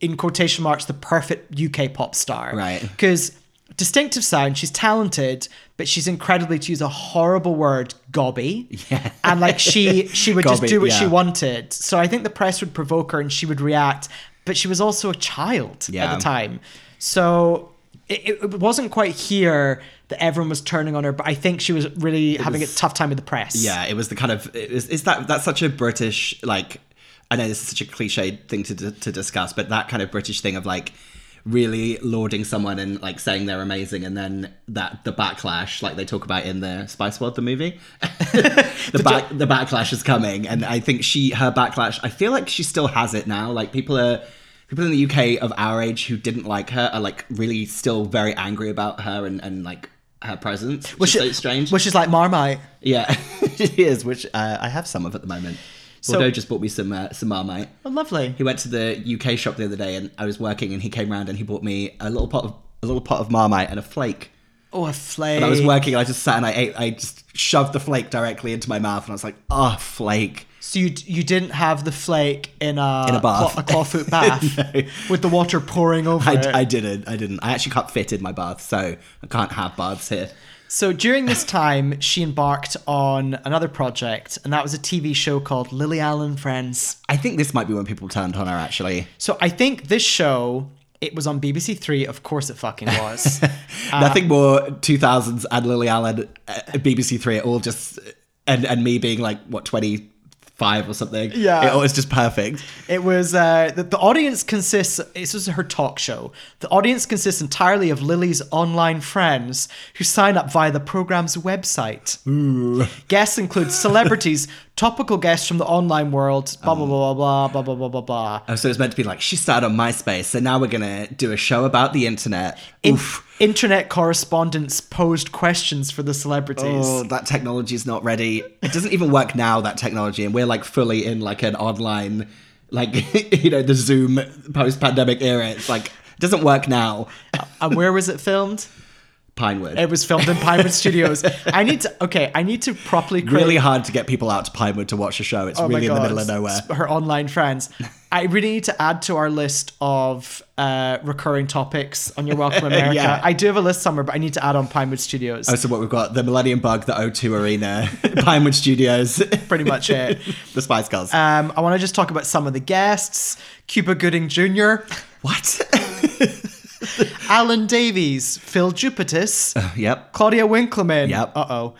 S7: in quotation marks the perfect UK pop star,
S6: Right.
S7: Because distinctive sound, she's talented, but she's incredibly to use a horrible word, gobby, yeah, and like she she would just
S6: Gobby,
S7: do what she
S6: yeah.
S7: wanted. So I think the press would provoke her and she would react, but she was also a child at
S6: Yeah.
S7: the time. So it, it wasn't quite here that everyone was turning on her, but I think she was really having a tough time with the press.
S6: Yeah, it was the kind of it was, is that that's such a British like I know this is such a cliched thing to to discuss, but that kind of British thing of like really lauding someone and like saying they're amazing, and then that the backlash like they talk about in the Spice World the movie, the back the backlash is coming, and I think she her backlash I feel like she still has it now. Like people are. People in the UK of our age who didn't like her are like really still very angry about her and, and like her presence. Which,
S7: which
S6: is so strange.
S7: Which is like Marmite.
S6: Yeah, it is. Which uh, I have some of at the moment.
S7: So-
S6: Bordeaux just bought me some uh, some Marmite.
S7: Oh, lovely.
S6: He went to the UK shop the other day, and I was working, and he came round and he bought me a little pot of a little pot of Marmite and a flake.
S7: Oh, a flake.
S6: And I was working, and I just sat and I ate. I just shoved the flake directly into my mouth, and I was like, "Oh, flake."
S7: So you you didn't have the flake in a
S6: In a bath.
S7: cla- a clawfoot bath
S6: No.
S7: with the water pouring over
S6: I,
S7: it.
S6: I didn't. I didn't. I actually can't fit in my bath, so I can't have baths here.
S7: So during this time, she embarked on another project, and that was a TV show called Lily Allen Friends.
S6: I think this might be when people turned on her, actually.
S7: So I think this show it was on BBC Three. Of course, it fucking was. Um,
S6: Nothing more 2000s and Lily Allen, uh, BBC Three, it all just, and, and me being like, what, 25 or something?
S7: Yeah.
S6: It all was just perfect.
S7: It was uh, the, the audience consists. This was her talk show. The audience consists entirely of Lily's online friends who sign up via the program's website. Guests include celebrities, topical guests from the online world, blah
S6: Um.
S7: blah blah blah blah blah blah blah blah. blah.
S6: Oh, so it's meant to be like, she started on MySpace, so now we're going to do a show about the internet.
S7: In-
S6: Oof.
S7: internet correspondents posed questions for the celebrities.
S6: Oh, that technology's not ready. It doesn't even work now, that technology, and we're like fully in like an online, like, you know, the Zoom post pandemic era. It's like, it doesn't work now.
S7: And Uh, where was it filmed?
S6: Pinewood.
S7: It was filmed in Pinewood Studios. I need to okay. I need to properly create
S6: really hard to get people out to Pinewood to watch a show. It's
S7: Oh my
S6: really in the
S7: God.
S6: middle of nowhere.
S7: S- Her online friends. I really need to add to our list of uh, recurring topics on Your Welcome America.
S6: Yeah.
S7: I do have a list somewhere, but I need to add on Pinewood Studios.
S6: Oh, so what we've got: the Millennium Bug, the O2 Arena, Pinewood Studios,
S7: pretty much it.
S6: the Spice Girls.
S7: Um, I want to just talk about some of the guests: Cuba Gooding Jr.,
S6: what?
S7: Alan Davies, Phil Jupitus,
S6: yep.
S7: Claudia Winkleman.
S6: Yep.
S7: Uh oh.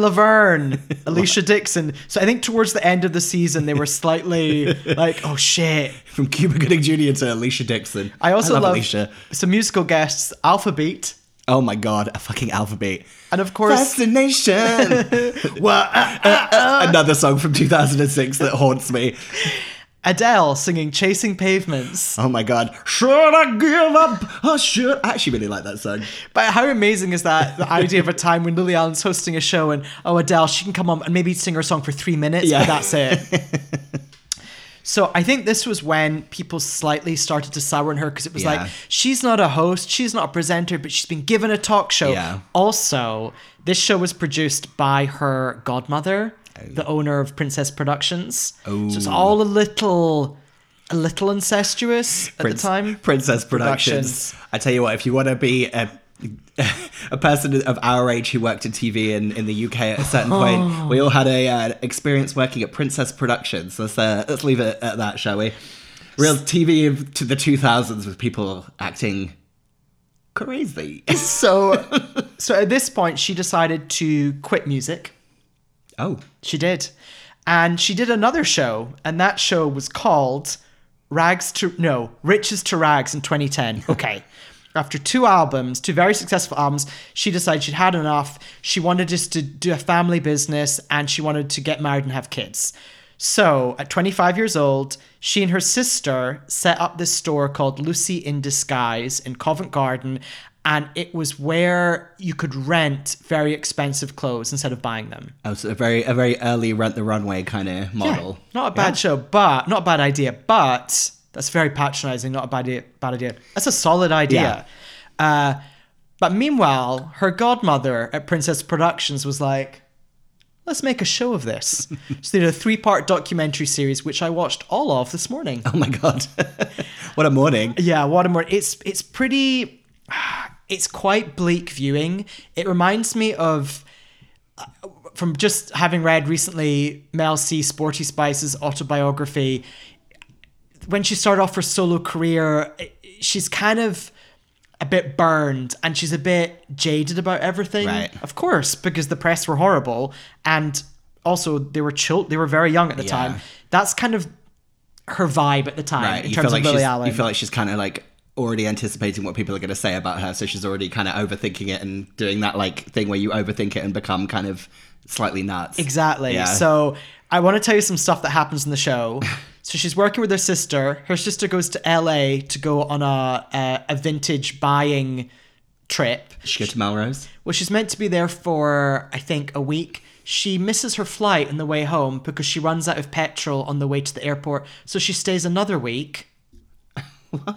S7: Laverne, Alicia Dixon. So I think towards the end of the season, they were slightly like, oh shit.
S6: From Cuba Gooding Jr. to Alicia Dixon.
S7: I also love,
S6: Alicia.
S7: some musical guests: Alphabet,
S6: Oh my god, a fucking alphabet.
S7: and of course.
S6: Fascination. well, uh, uh, uh, another song from 2006 that haunts me.
S7: Adele singing Chasing Pavements.
S6: Oh my god. Should I give up? Or should I actually really like that song?
S7: But how amazing is that? The idea of a time when Lily Allen's hosting a show and, oh, Adele, she can come on and maybe sing her song for three minutes,
S6: Yeah.
S7: but that's it. so I think this was when people slightly started to sour on her because it was
S6: Yeah.
S7: like, she's not a host, she's not a presenter, but she's been given a talk show.
S6: Yeah.
S7: Also, this show was produced by her godmother,
S6: Oh.
S7: the owner of Princess Productions. So it's all a little. A little incestuous at
S6: Prince-
S7: the time.
S6: Princess Productions.
S7: Productions.
S6: I tell you what, if you want to be a a person of our age who worked in TV in, in the UK at a certain
S7: Oh.
S6: point, we all had a uh, experience working at Princess Productions. Let's uh, let's leave it at that, shall we? Real TV of to the 2000s with people acting crazy.
S7: So, so at this point, she decided to quit music.
S6: oh,
S7: She did, and she did another show, and that show was called Rags to No Riches to Rags in 2010. Okay. After two albums, two very successful albums, she decided she'd had enough. She wanted just to do a family business and she wanted to get married and have kids. So, at 25 years old, she and her sister set up this store called Lucy in Disguise in Covent Garden, and it was where you could rent very expensive clothes instead of buying them.
S6: oh, so a very a very early Rent the Runway kind of
S7: Yeah,
S6: model.
S7: not a bad show, but not a bad idea. But that's very patronizing. Not a bad idea. Bad idea. That's a solid idea. Uh, but meanwhile, her godmother at Princess Productions was like, "Let's make a show of this." so they did a three-part documentary series, which I watched all of this morning.
S6: Oh my god, what a morning!
S7: Yeah, Watermore. It's it's pretty. It's quite bleak viewing. It reminds me of uh, from just having read recently Mel C. Sporty Spice's autobiography. When she started off her solo career, she's kind of a bit burned and she's a bit jaded about everything.
S6: Right.
S7: Of course, because the press were horrible and also they were chil- they were very young at the time. That's kind of her vibe at the time
S6: Right,
S7: in
S6: you
S7: terms
S6: feel like
S7: of Lily
S6: she's,
S7: Allen.
S6: You feel like she's kind of like already anticipating what people are going to say about her, so she's already kind of overthinking it and doing that like thing where you overthink it and become kind of slightly nuts.
S7: Exactly.
S6: Yeah.
S7: So I want to tell you some stuff that happens in the show. so she's working with her sister. Her sister goes to LA to go on a a, a vintage buying trip.
S6: Did she go to Melrose.
S7: Well, she's meant to be there for I think a week. She misses her flight on the way home because she runs out of petrol on the way to the airport. So she stays another week.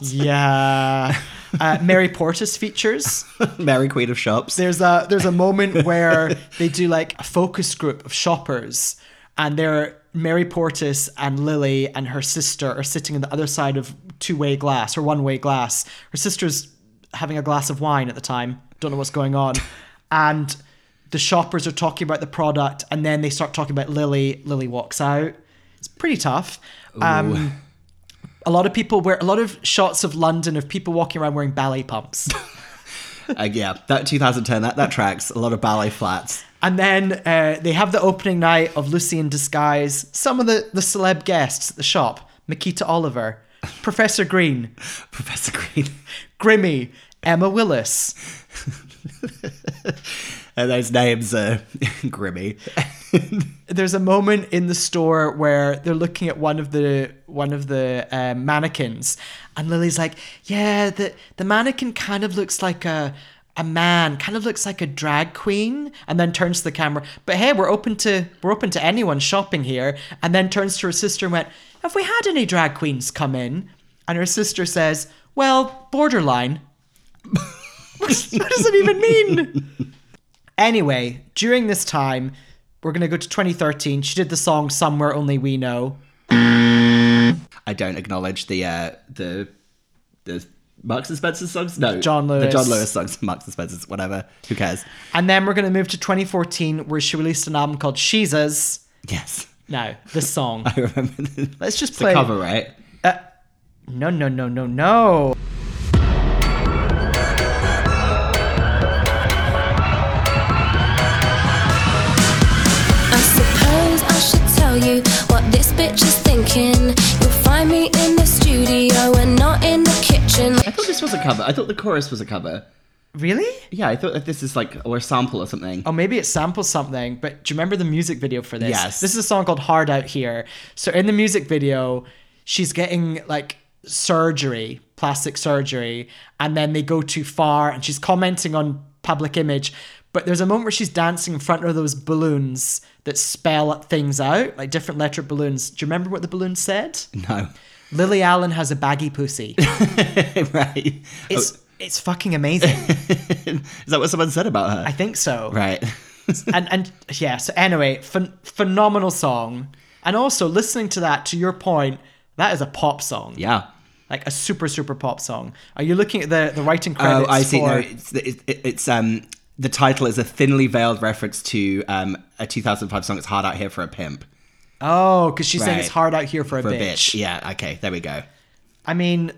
S7: Yeah. Uh, Mary Portis features
S6: Mary Queen of Shops.
S7: there's a there's a moment where they do like a focus group of shoppers and they're Mary Portis and Lily and her sister are sitting on the other side of two way glass or one way glass. Her sister's having a glass of wine at the time. Don't know what's going on. And the shoppers are talking about the product and then they start talking about Lily. Lily walks out. It's pretty tough. Um, a lot of people wear a lot of shots of London of people walking around wearing ballet pumps.
S6: Uh, yeah, that 2010, that, that tracks. A lot of ballet flats.
S7: And then uh, they have the opening night of Lucy in Disguise. Some of the, the celeb guests at the shop Makita Oliver, Professor Green,
S6: Professor Green.
S7: Grimmy, Emma Willis.
S6: And uh, those names are grimmy.
S7: There's a moment in the store where they're looking at one of the one of the uh, mannequins, and Lily's like, "Yeah, the the mannequin kind of looks like a a man, kind of looks like a drag queen." And then turns to the camera, "But hey, we're open to we're open to anyone shopping here." And then turns to her sister and went, "Have we had any drag queens come in?" And her sister says, "Well, borderline." what does what does it even mean? Anyway, during this time, we're going to go to 2013. She did the song Somewhere Only We Know.
S6: I don't acknowledge the uh, the the Marks and Spencer songs. No,
S7: John
S6: The
S7: Lewis.
S6: John Lewis songs, Marks and Spencer's, whatever. Who cares?
S7: And then we're going to move to 2014, where she released an album called Jesus.
S6: Yes,
S7: No, the song.
S6: I remember. The,
S7: Let's just
S6: the
S7: play.
S6: cover, right?
S7: No, no, no, no, no.
S9: I suppose I should tell you what this bitch is thinking. You'll find me in the studio and not in the kitchen.
S6: I thought this was a cover. I thought the chorus was a cover.
S7: Really?
S6: Yeah, I thought that this is like or a sample or something.
S7: Oh, maybe it samples something, but do you remember the music video for this?
S6: Yes.
S7: This is a song called Hard Out Here. So in the music video, she's getting like surgery, plastic surgery, and then they go too far and she's commenting on public image. But there's a moment where she's dancing in front of those balloons that spell things out, like different letter balloons. Do you remember what the balloon said?
S6: No,
S7: Lily Allen has a baggy pussy.
S6: right?
S7: It's it's fucking amazing.
S6: Is that what someone said about her?
S7: I think so.
S6: right.
S7: and and yeah. So anyway, phen- phenomenal song. And also listening to that, to your point, that is a pop song.
S6: yeah.
S7: like a super super pop song. Are you looking at the the writing
S6: Oh,
S7: credits?
S6: I see.
S7: For,
S6: No, it's, it, it, it's um the title is a thinly veiled reference to um a 2005 song. It's hard out here for a pimp.
S7: oh, because she's saying it's
S6: Right.
S7: hard out here for a,
S6: For a
S7: bitch.
S6: bitch. Yeah. Okay. There we go.
S7: I mean,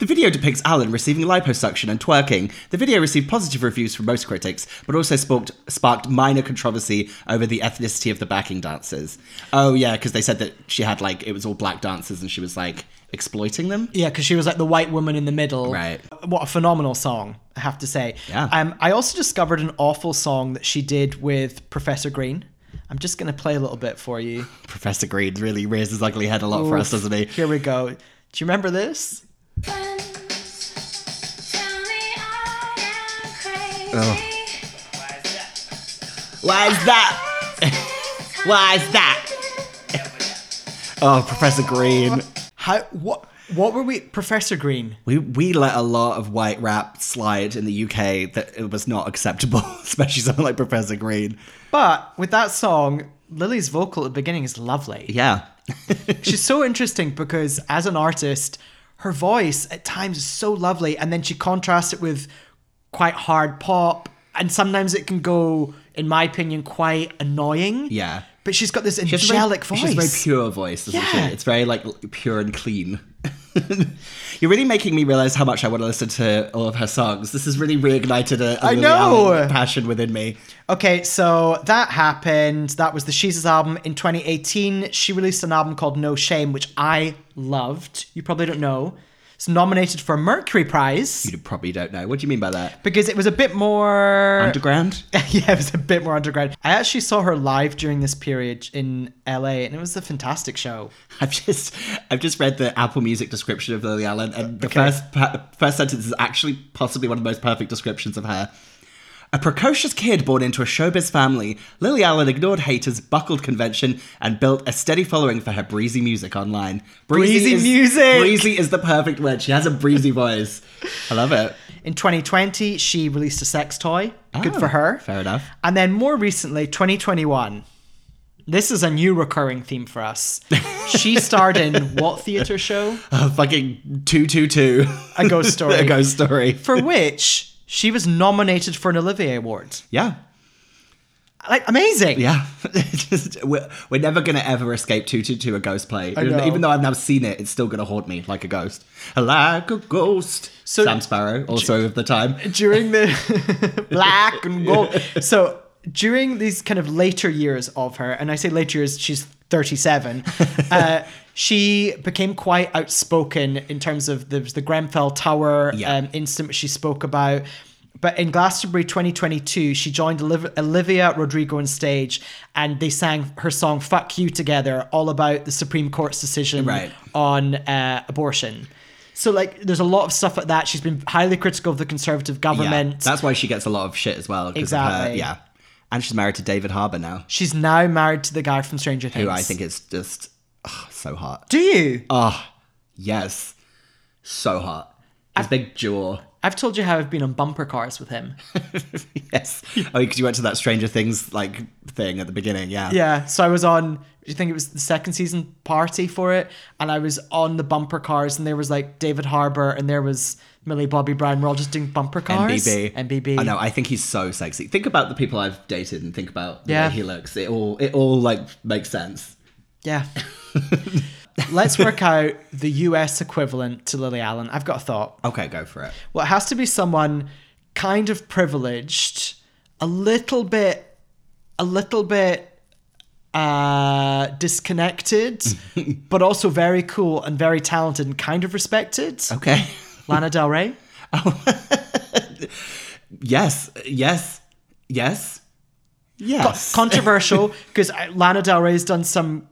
S6: The video depicts Alan receiving liposuction and twerking. The video received positive reviews from most critics, but also sparked, sparked minor controversy over the ethnicity of the backing dancers. Oh, yeah, because they said that she had, like, it was all black dancers and she was, like, exploiting them.
S7: yeah, because she was like the white woman in the middle.
S6: Right.
S7: What a phenomenal song, I have to say.
S6: Yeah.
S7: Um, I also discovered an awful song that she did with Professor Green. I'm just gonna play a little bit for you.
S6: Professor Green really rears his ugly head a lot for us, doesn't he?
S7: Here we go. Do you remember this?
S6: Why is that? Why is that? Oh, Professor Green.
S7: How what what were we Professor Green?
S6: We, we let a lot of white rap slide in the UK that it was not acceptable, especially someone like Professor Green.
S7: But with that song, Lily's vocal at the beginning is lovely.
S6: Yeah.
S7: She's so interesting because as an artist, her voice at times is so lovely and then she contrasts it with quite hard pop and sometimes it can go in my opinion quite annoying.
S6: Yeah.
S7: But she's got this
S6: She has a very-
S7: angelic
S6: She has a
S7: voice.
S6: very pure voice, doesn't
S7: Yeah.
S6: she? It's very like l- pure and clean. You're really making me realize how much I want to listen to all of her songs. This has really reignited a, a Lily
S7: know.
S6: Allen passion within me.
S7: Okay, so that happened. That was the Sheezes album in 2018. She released an album called No Shame, which I loved. You probably don't know. It's nominated for a Mercury Prize
S6: You probably don't know. What do you mean by that?
S7: because it was a bit
S6: Uh,
S7: more
S6: Underground?
S7: yeah, it was a bit more underground. I actually saw her live during this period in LA, and it was a fantastic show.
S6: I've just I've just read the Apple Music description of Lily Allen, and the first pa- first sentence is actually possibly one of the most perfect descriptions of her. A precocious kid born into a showbiz family, Lily Allen ignored haters, buckled convention, and built a steady following for her breezy music online.
S7: Breezy music!
S6: Breezy is the perfect word. She has a breezy voice. I love it.
S7: In 2020, she released a sex toy. Good
S6: Oh,
S7: for her.
S6: Fair enough.
S7: And then more recently, 2021. This is a new recurring theme for us. She starred in what theatre show?
S6: A Uh, fucking two two two.
S7: A Ghost Story.
S6: a ghost story.
S7: For which she was nominated for an Olivier Award.
S6: yeah.
S7: Like amazing.
S6: Yeah, Just- we're, we're never gonna ever escape two two two a ghost play.
S7: I
S6: Even-
S7: know.
S6: Even though I've now seen it, it's still gonna haunt me like a ghost, like a ghost.
S7: So-
S6: Sam Sparrow, also of the time.
S7: during the black and gold. So during these kind of later years of her, and I say later years, she's 37. Uh, she became quite outspoken in terms of the, the Grenfell Tower
S6: Yeah.
S7: um, incident which she spoke about. But in Glastonbury 2022, she joined Oliv- Olivia Rodrigo on stage, and they sang her song "Fuck You" together, all about the Supreme Court's decision
S6: Right.
S7: on uh, abortion. So like, there's a lot of stuff like that. She's been highly critical of the Conservative
S6: Yeah,
S7: government.
S6: that's why she gets a lot of shit as well. 'cause of her-
S7: Exactly.
S6: yeah, and she's married to David Harbour now,
S7: She's now married to the guy from Stranger Things.
S6: who I think is Oh. just ugh, so hot.
S7: Do you?
S6: Yes, so hot. His big jaw.
S7: I've told you how I've been on bumper cars with him.
S6: Yes. Oh, because you went to that Stranger Things like thing at the beginning. Yeah.
S7: Yeah. So I was on. I think it was the second season party for it, and I was on the bumper cars, and there was like David Harbour, and there was Millie Bobby Brown. We're all just doing bumper cars.
S6: MBB.
S7: MBB.
S6: I know. I think he's so sexy. Think about the people I've dated and think about the
S7: Yeah.
S6: way he looks. It all it all like makes sense.
S7: Yeah. Let's work out the US equivalent to Lily Allen. I've got a thought.
S6: Okay, go for it.
S7: Well, it has to be someone kind of privileged, a little bit, a little bit uh disconnected but also very cool and very talented and kind of respected
S6: Okay.
S7: lana del rey
S6: Yes. Yes. Yes. Yes.
S7: controversial because lana del rey's done some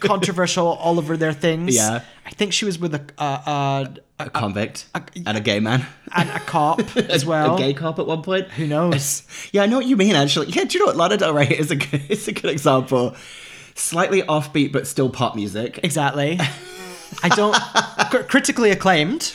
S7: controversial all over their things
S6: Yeah.
S7: i think she was with a uh, uh,
S6: a convict and a gay man.
S7: and a cop as well
S6: A gay cop at one point.
S7: who knows
S6: Yeah, I know what you mean. Actually, yeah. Do you know what Lana Del Rey is a good, is a good example. Slightly offbeat, but still pop music.
S7: Exactly. I don't. cr- critically acclaimed.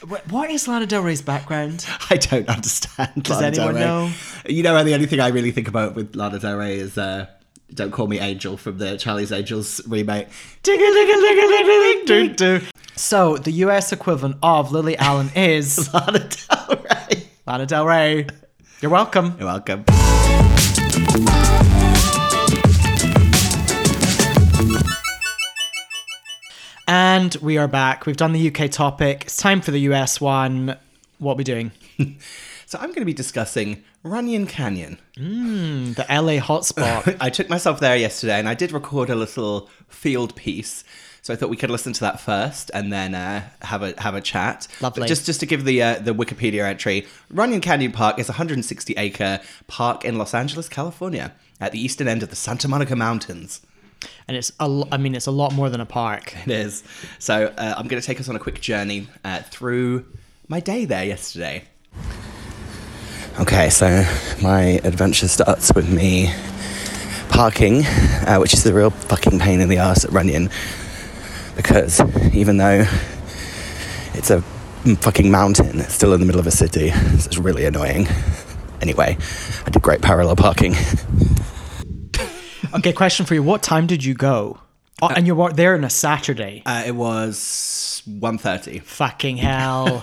S7: Wh- What is Lana Del Rey's background?
S6: I don't understand. Does
S7: anyone know?
S6: You know, the only thing I really think about with Lana Del Rey is uh, "Don't Call Me Angel" from the Charlie's Angels remake.
S7: Ding-a-ling-a-ling-a-ling-a-ling-a-ling-a-ling. So the U.S. equivalent of Lily Allen is
S6: Lana Del Rey.
S7: Lana Del Rey. You're welcome.
S6: You're welcome.
S7: And we are back. We've done the UK topic. It's time for the US one. What are we doing?
S6: So I'm going to be discussing Runyon Canyon.
S7: The LA hotspot.
S6: I took myself there yesterday, and I did record a little field piece. So I thought we could listen to that first, and then uh, have a have a chat.
S7: Lovely.
S6: But just just to give the uh, the Wikipedia entry, Runyon Canyon Park is a 160 acre park in Los Angeles, California, at the eastern end of the Santa Monica Mountains.
S7: and it's a l- I mean, it's a lot more than a park.
S6: It is. So uh, I'm going to take us on a quick journey uh, through my day there yesterday. Okay, so my adventure starts with me parking, uh, which is the real fucking pain in the ass at Runyon because even though it's a m- fucking mountain, it's still in the middle of a city. So it's really annoying. Anyway, I did great parallel parking.
S7: Okay, question for you. What time did you go? Oh, and you were there on a Saturday.
S6: Uh, it was 1.30.
S7: Fucking hell.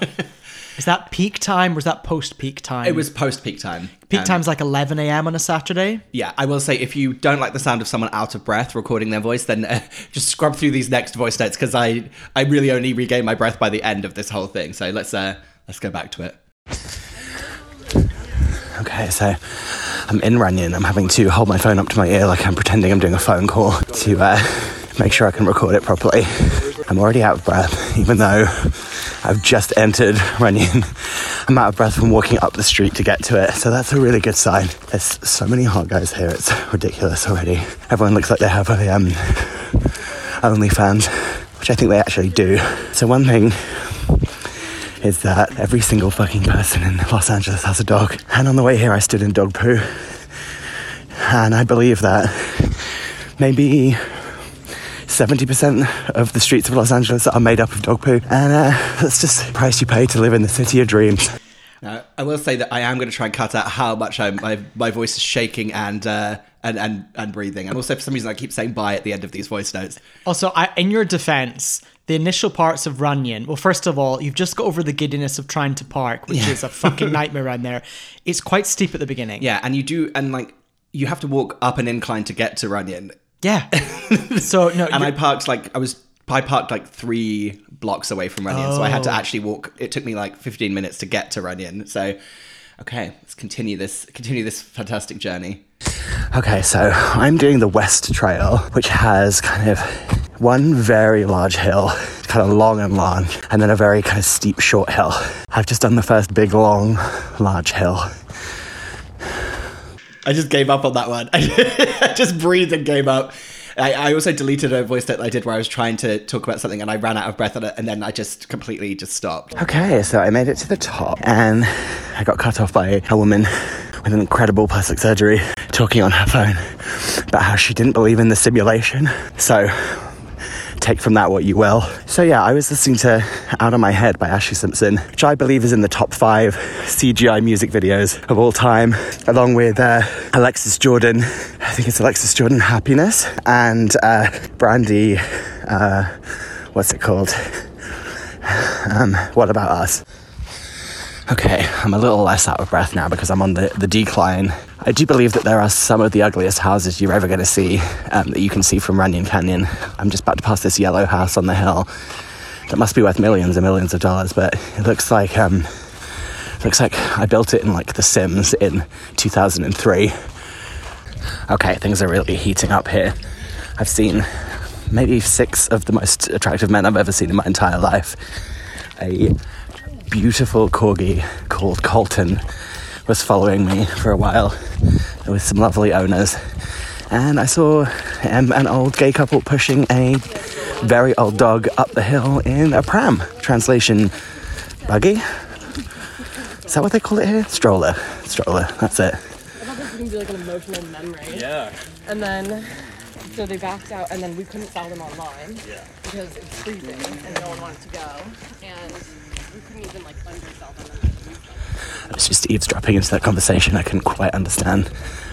S7: Is that peak time or is that post peak time?
S6: It was post peak time.
S7: peak
S6: Um,
S7: time's like 11 a.m. on a Saturday.
S6: Yeah, I will say if you don't like the sound of someone out of breath recording their voice, then uh, just scrub through these next voice notes because I I really only regain my breath by the end of this whole thing. So let's uh let's go back to it. Okay, so I'm in Runyon. I'm having to hold my phone up to my ear like I'm pretending I'm doing a phone call to uh, make sure I can record it properly. I'm already out of breath, even though I've just entered Runyon. I'm out of breath from walking up the street to get to it, so that's a really good sign. There's so many hot guys here, it's ridiculous already. Everyone looks like they have a um, OnlyFans, which I think they actually do. So, one thing is that every single fucking person in Los Angeles has a dog. And on the way here, I stood in dog poo. And I believe that maybe 70% of the streets of Los Angeles are made up of dog poo. And uh, that's just the price you pay to live in the city of dreams. Now, I will say that I am going to try and cut out how much I'm, my my voice is shaking and uh, and and and breathing, and also for some reason I keep saying "bye" at the end of these voice notes.
S7: Also, I, in your defense, the initial parts of Runyon, well, first of all, you've just got over the giddiness of trying to park, which is a fucking nightmare around there. It's quite steep at the beginning.
S6: Yeah, and you do, and like you have to walk up an incline to get to Runyon,
S7: Yeah. so, no.
S6: and I
S7: you're-
S6: parked like I was. I parked like three blocks away from Runyon, so I had to
S7: Oh.
S6: actually walk. It took me like 15 minutes to get to Runyon. So, okay, let's continue this continue this fantastic journey.
S10: Okay, so I'm doing the West Trail, which has kind of one very large hill, kind of long and large, and then a very kind of steep, short hill. I've just done the first big, long, large hill.
S6: I just gave up on that one. I just breathed and gave up. I, I also deleted a voice that I did where I was trying to talk about something and I ran out of breath on it, and then I just completely just stopped.
S10: Okay, so I made it to the top, and I got cut off by a woman with an incredible plastic surgery talking on her phone about how she didn't believe in the simulation. So take from that what you will. So yeah, I was listening to Out of My Head by Ashley Simpson, which I believe is in the top five CGI music videos of all time, along with uh, Alexis Jordan. I think it's Alexis Jordan Happiness and uh, Brandy. Uh, what's it called? Um, what about us? Okay, I'm a little less out of breath now because I'm on the, the decline. I do believe that there are some of the ugliest houses you're ever going to see um, that you can see from Runyon Canyon. I'm just about to pass this yellow house on the hill that must be worth millions and millions of dollars, but it looks like um, looks like I built it in like The Sims in 2003. Okay, things are really heating up here. I've seen maybe six of the most attractive men I've ever seen in my entire life. A beautiful corgi called Colton was following me for a while with some lovely owners. And I saw um, an old gay couple pushing a very old dog up the hill in a pram. Translation buggy? Is that what they call it here? Stroller. Stroller, that's it.
S11: It's gonna be like an emotional memory. Yeah. And then, so they backed out, and then we couldn't sell them online. Yeah. Because it was freezing, and no one wanted to go, and we couldn't even like undersell them.
S10: I was just eavesdropping into that conversation. I couldn't quite understand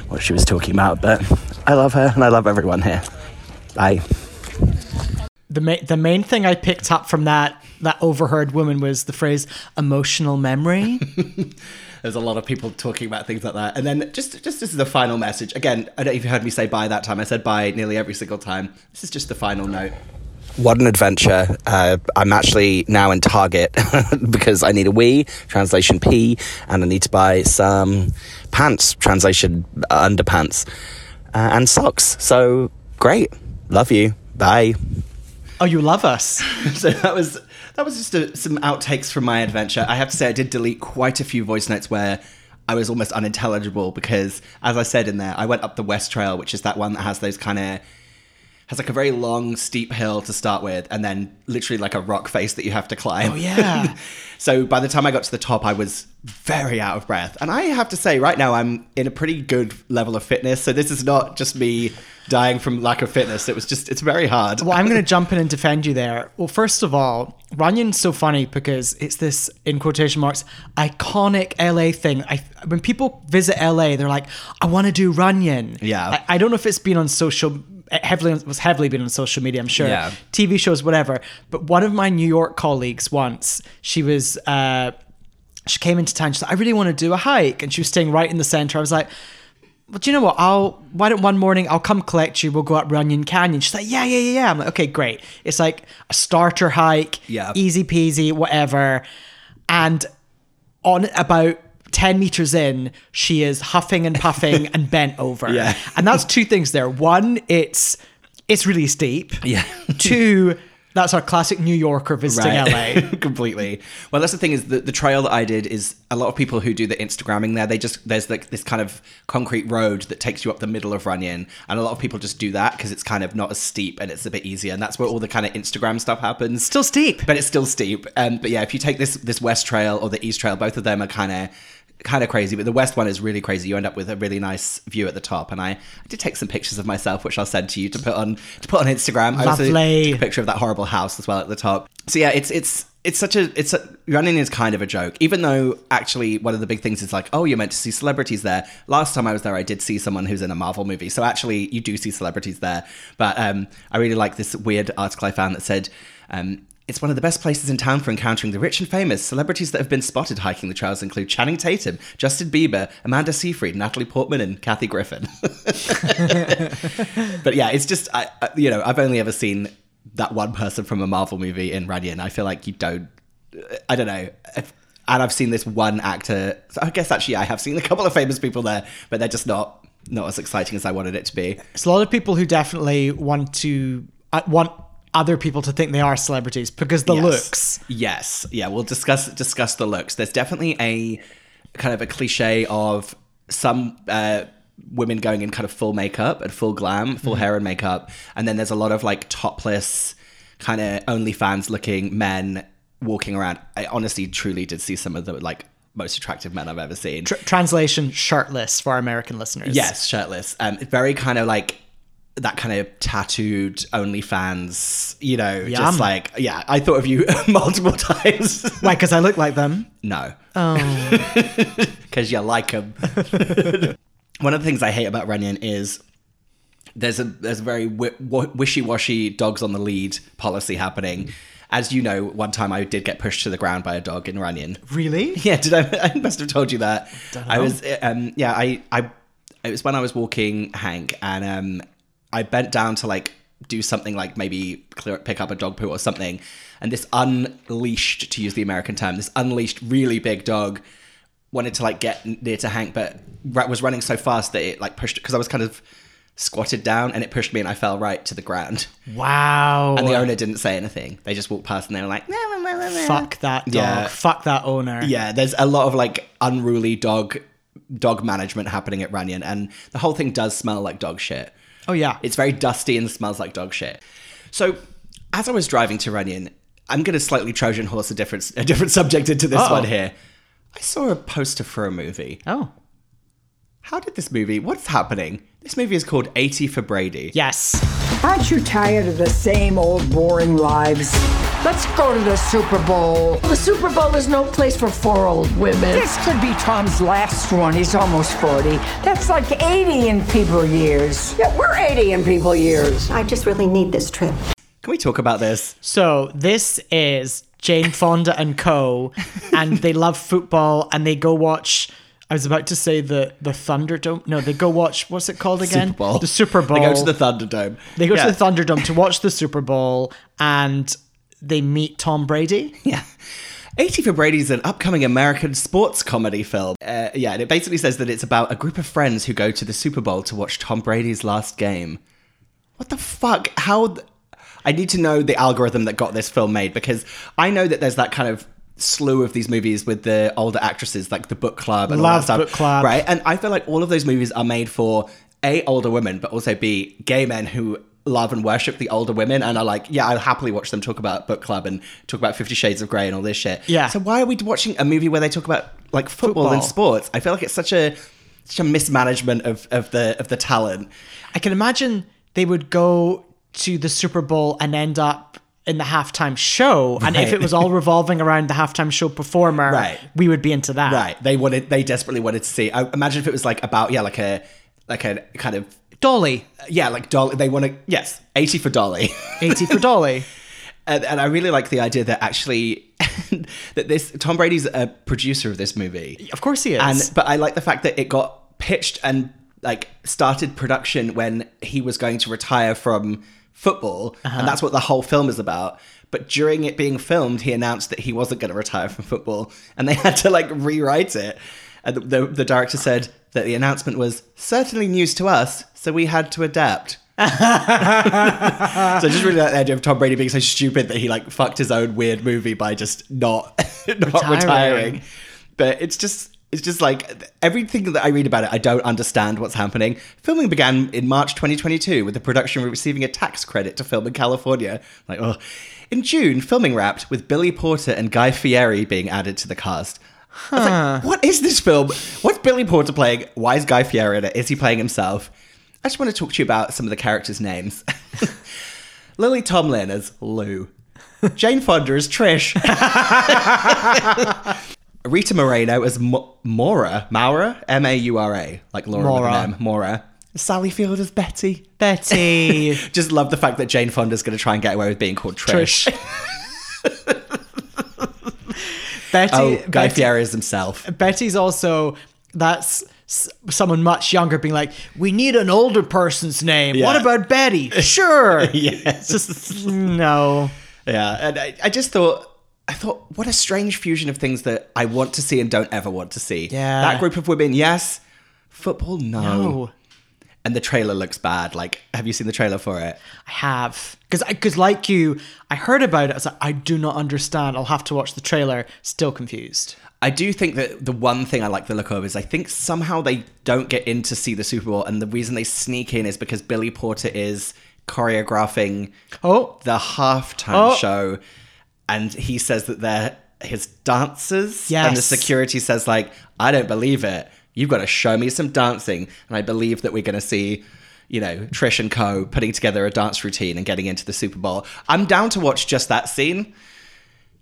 S10: what she was talking about, but I love her and I love everyone here. Bye.
S7: the, ma- the main thing I picked up from that, that overheard woman was the phrase emotional memory.
S6: There's a lot of people talking about things like that. And then just just this is the final message. Again, I don't know if you heard me say bye that time. I said bye nearly every single time. This is just the final note.
S10: What an adventure. Uh, I'm actually now in Target because I need a Wii, translation P, and I need to buy some pants, translation uh, underpants, uh, and socks. So great. Love you. Bye.
S7: oh, you love us.
S6: so that was that was just a, some outtakes from my adventure. I have to say, I did delete quite a few voice notes where I was almost unintelligible because, as I said in there, I went up the West Trail, which is that one that has those kind of has like a very long steep hill to start with, and then literally like a rock face that you have to climb.
S7: Oh, yeah.
S6: so by the time I got to the top, I was very out of breath, and I have to say, right now I'm in a pretty good level of fitness. So this is not just me dying from lack of fitness. It was just it's very hard.
S7: Well, I'm going to jump in and defend you there. Well, first of all, Runyon's so funny because it's this, in quotation marks, iconic LA thing. I, when people visit LA, they're like, I want to do Runyon.
S6: Yeah.
S7: I, I don't know if it's been on social, it heavily, it was heavily been on social media, I'm sure.
S6: Yeah.
S7: TV shows, whatever. But one of my New York colleagues once, she was, uh, she came into town. She said, I really want to do a hike. And she was staying right in the center. I was like, well, do you know what? I'll, why don't one morning I'll come collect you. We'll go up Runyon Canyon. She's like, yeah, yeah, yeah, yeah. I'm like, okay, great. It's like a starter hike.
S6: Yeah.
S7: Easy peasy, whatever. And on about 10 meters in, she is huffing and puffing and bent over.
S6: Yeah.
S7: And that's two things there. One, it's, it's really steep.
S6: Yeah.
S7: Two, that's our classic New Yorker visiting LA.
S6: completely. Well, that's the thing is the, the trail that I did is a lot of people who do the Instagramming there. They just there's like this kind of concrete road that takes you up the middle of Runyon, and a lot of people just do that because it's kind of not as steep and it's a bit easier, and that's where all the kind of Instagram stuff happens.
S7: Still steep.
S6: but it's still steep. Um, but yeah, if you take this this West Trail or the East Trail, both of them are kind of kind of crazy. But the West one is really crazy. You end up with a really nice view at the top. And I, I did take some pictures of myself, which I'll send to you to put on to put on Instagram. I also
S7: Lovely.
S6: took a picture of that horrible house as well at the top. So yeah, it's it's it's such a it's a, running is kind of a joke even though actually one of the big things is like oh you're meant to see celebrities there last time i was there i did see someone who's in a marvel movie so actually you do see celebrities there but um, i really like this weird article i found that said um, it's one of the best places in town for encountering the rich and famous. Celebrities that have been spotted hiking the trails include Channing Tatum, Justin Bieber, Amanda Seyfried, Natalie Portman, and Kathy Griffin. but yeah, it's just I, I- you know I've only ever seen that one person from a Marvel movie in Radian. I feel like you don't. I don't know. If- And I've seen this one actor. So I guess actually I have seen a couple of famous people there, but they're just not not as exciting as I wanted it to be.
S7: It's a lot of people who definitely want to uh, want other people to think they are celebrities because the
S6: Yes.
S7: looks.
S6: Yes. Yeah, we'll discuss discuss the looks. There's definitely a kind of a cliche of some uh, women going in kind of full makeup and full glam,
S7: Mm-hmm.
S6: full hair and makeup, and then there's a lot of like topless, kind of OnlyFans looking men walking around. I honestly, truly did see some of the like most attractive men I've ever seen.
S7: Tr- translation: shirtless for our American listeners.
S6: Yes, shirtless. Um, very kind of like that kind of tattooed OnlyFans, you know,
S7: Yum.
S6: just like yeah. I thought of you multiple times.
S7: Why? Because I look like them.
S6: no,
S7: Oh.
S6: because you like them. One of the things I hate about Runyon is there's a there's a very wi- wa- wishy-washy dogs on the lead policy happening. As you know, one time I did get pushed to the ground by a dog in Runyon.
S7: really?
S6: Yeah, did I? I must have told you that.
S7: Dunno.
S6: I was, um, yeah, I, I, it was when I was walking Hank, and um, I bent down to like do something like maybe clear pick up a dog poo or something, and this unleashed, to use the American term, this unleashed really big dog wanted to like get near to Hank, but ra- was running so fast that it like pushed because I was kind of squatted down and it pushed me and I fell right to the ground.
S7: Wow.
S6: And the owner didn't say anything. They just walked past and they were like, "Nah, nah, nah, nah, nah."
S7: Fuck that dog.
S6: Yeah.
S7: Fuck that owner.
S6: yeah, there's a lot of like unruly dog dog management happening at Runyon, and the whole thing does smell like dog shit.
S7: Oh yeah.
S6: It's very dusty and smells like dog shit. So, as I was driving to Runyon, I'm going to slightly Trojan horse a different a different subject into this
S7: Uh-oh.
S6: one here. I saw a poster for a movie.
S7: oh.
S6: How did this movie? What's happening? This movie is called 80 for Brady.
S7: Yes.
S12: Aren't you tired of the same old boring lives? Let's go to the Super Bowl.
S13: The Super Bowl is no place for four old women.
S12: This could be Tom's last one. He's almost 40. That's like 80 in people years. Yeah, we're 80 in people years. I just really need this trip.
S6: Can we talk about this?
S7: So this is Jane Fonda and Co. and they love football and they go watch. I was about to say the the Thunderdome. No, they go watch what's it called again?
S6: Super Bowl.
S7: The Super Bowl.
S6: They go to the Thunderdome.
S7: They go
S6: Yeah.
S7: to the Thunderdome to watch the Super Bowl and they meet Tom Brady.
S6: Yeah. 80 for Brady is an upcoming American sports comedy film. Uh, yeah, and it basically says that it's about a group of friends who go to the Super Bowl to watch Tom Brady's last game. What the fuck? How. Th- I need to know the algorithm that got this film made because I know that there's that kind of slew of these movies with the older actresses, like the book club and all
S7: Love
S6: that stuff.
S7: Book Club.
S6: Right? And I feel like all of those movies are made for A, older women, but also B, gay men who love and worship the older women and are like, yeah, I'll happily watch them talk about book club and talk about Fifty Shades of Grey and all this shit.
S7: Yeah.
S6: So why are we watching a movie where they talk about like football, and
S7: Football.
S6: sports? I feel like it's such a such a mismanagement of, of the of the talent.
S7: I can imagine they would go to the Super Bowl and end up in the halftime show. And if
S6: Right.
S7: it was all revolving around the halftime show performer,
S6: Right.
S7: we would be into that.
S6: Right. They wanted they desperately wanted to see. I imagine if it was like about yeah, like a like a kind of
S7: Dolly,
S6: yeah, like Dolly. They want to yes, eighty for Dolly.
S7: 80 for Dolly.
S6: and, and I really like the idea that actually that this Tom Brady's a producer of this movie,
S7: Of course he is.
S6: and but I like the fact that it got pitched and like started production when he was going to retire from football, and that's what the whole film is about. But during it being filmed, he announced that he wasn't going to retire from football, and they had to like rewrite it. And the, the, the director said that the announcement was certainly news to us, so we had to adapt. So I just really like the idea of Tom Brady being so stupid that he like fucked his own weird movie by just not not
S7: Retiring.
S6: retiring. But it's just it's just like everything that I read about it, I don't understand what's happening. Filming began in March 2022 with the production receiving a tax credit to film in California. Like, oh, in June, filming wrapped with Billy Porter and Guy Fieri being added to the cast. I was like, what is this film? What's Billy Porter playing? Why is Guy Fieri in it? Is he playing himself? I just want to talk to you about some of the characters' names. Lily Tomlin as Lou.
S7: Jane Fonda is Trish.
S6: Rita Moreno as Mo- Maura. Maura? M A U R A. Like Laura Maura.
S7: Maura.
S6: with an M. Maura. Sally Field as Betty.
S7: Betty.
S6: Just love the fact that Jane Fonda's going to try and get away with being called Trish.
S7: Betty.
S6: Oh, Guy
S7: Betty-
S6: Fieri is himself.
S7: Betty's also that's s- someone much younger being like, we need an older person's name. What
S6: Yeah.
S7: about Betty? Sure.
S6: Yes.
S7: Just no.
S6: Yeah, and I, I just thought, I thought, what a strange fusion of things that I want to see and don't ever want to see.
S7: Yeah.
S6: that group of women, yes. Football, no.
S7: No.
S6: And the trailer looks bad. Like, have you seen the trailer for it?
S7: I have because because like you, I heard about it. I was like, I do not understand. I'll have to watch the trailer. Still confused.
S6: I do think that the one thing I like the look of is I think somehow they don't get in to see the Super Bowl, and the reason they sneak in is because Billy Porter is choreographing
S7: oh.
S6: the halftime
S7: Oh.
S6: show, and he says that they're his dancers, and the
S7: Yes.
S6: security says like, "I don't believe it. You've got to show me some dancing," and I believe that we're going to see. You know, Trish and Co. putting together a dance routine and getting into the Super Bowl. I'm down to watch just that scene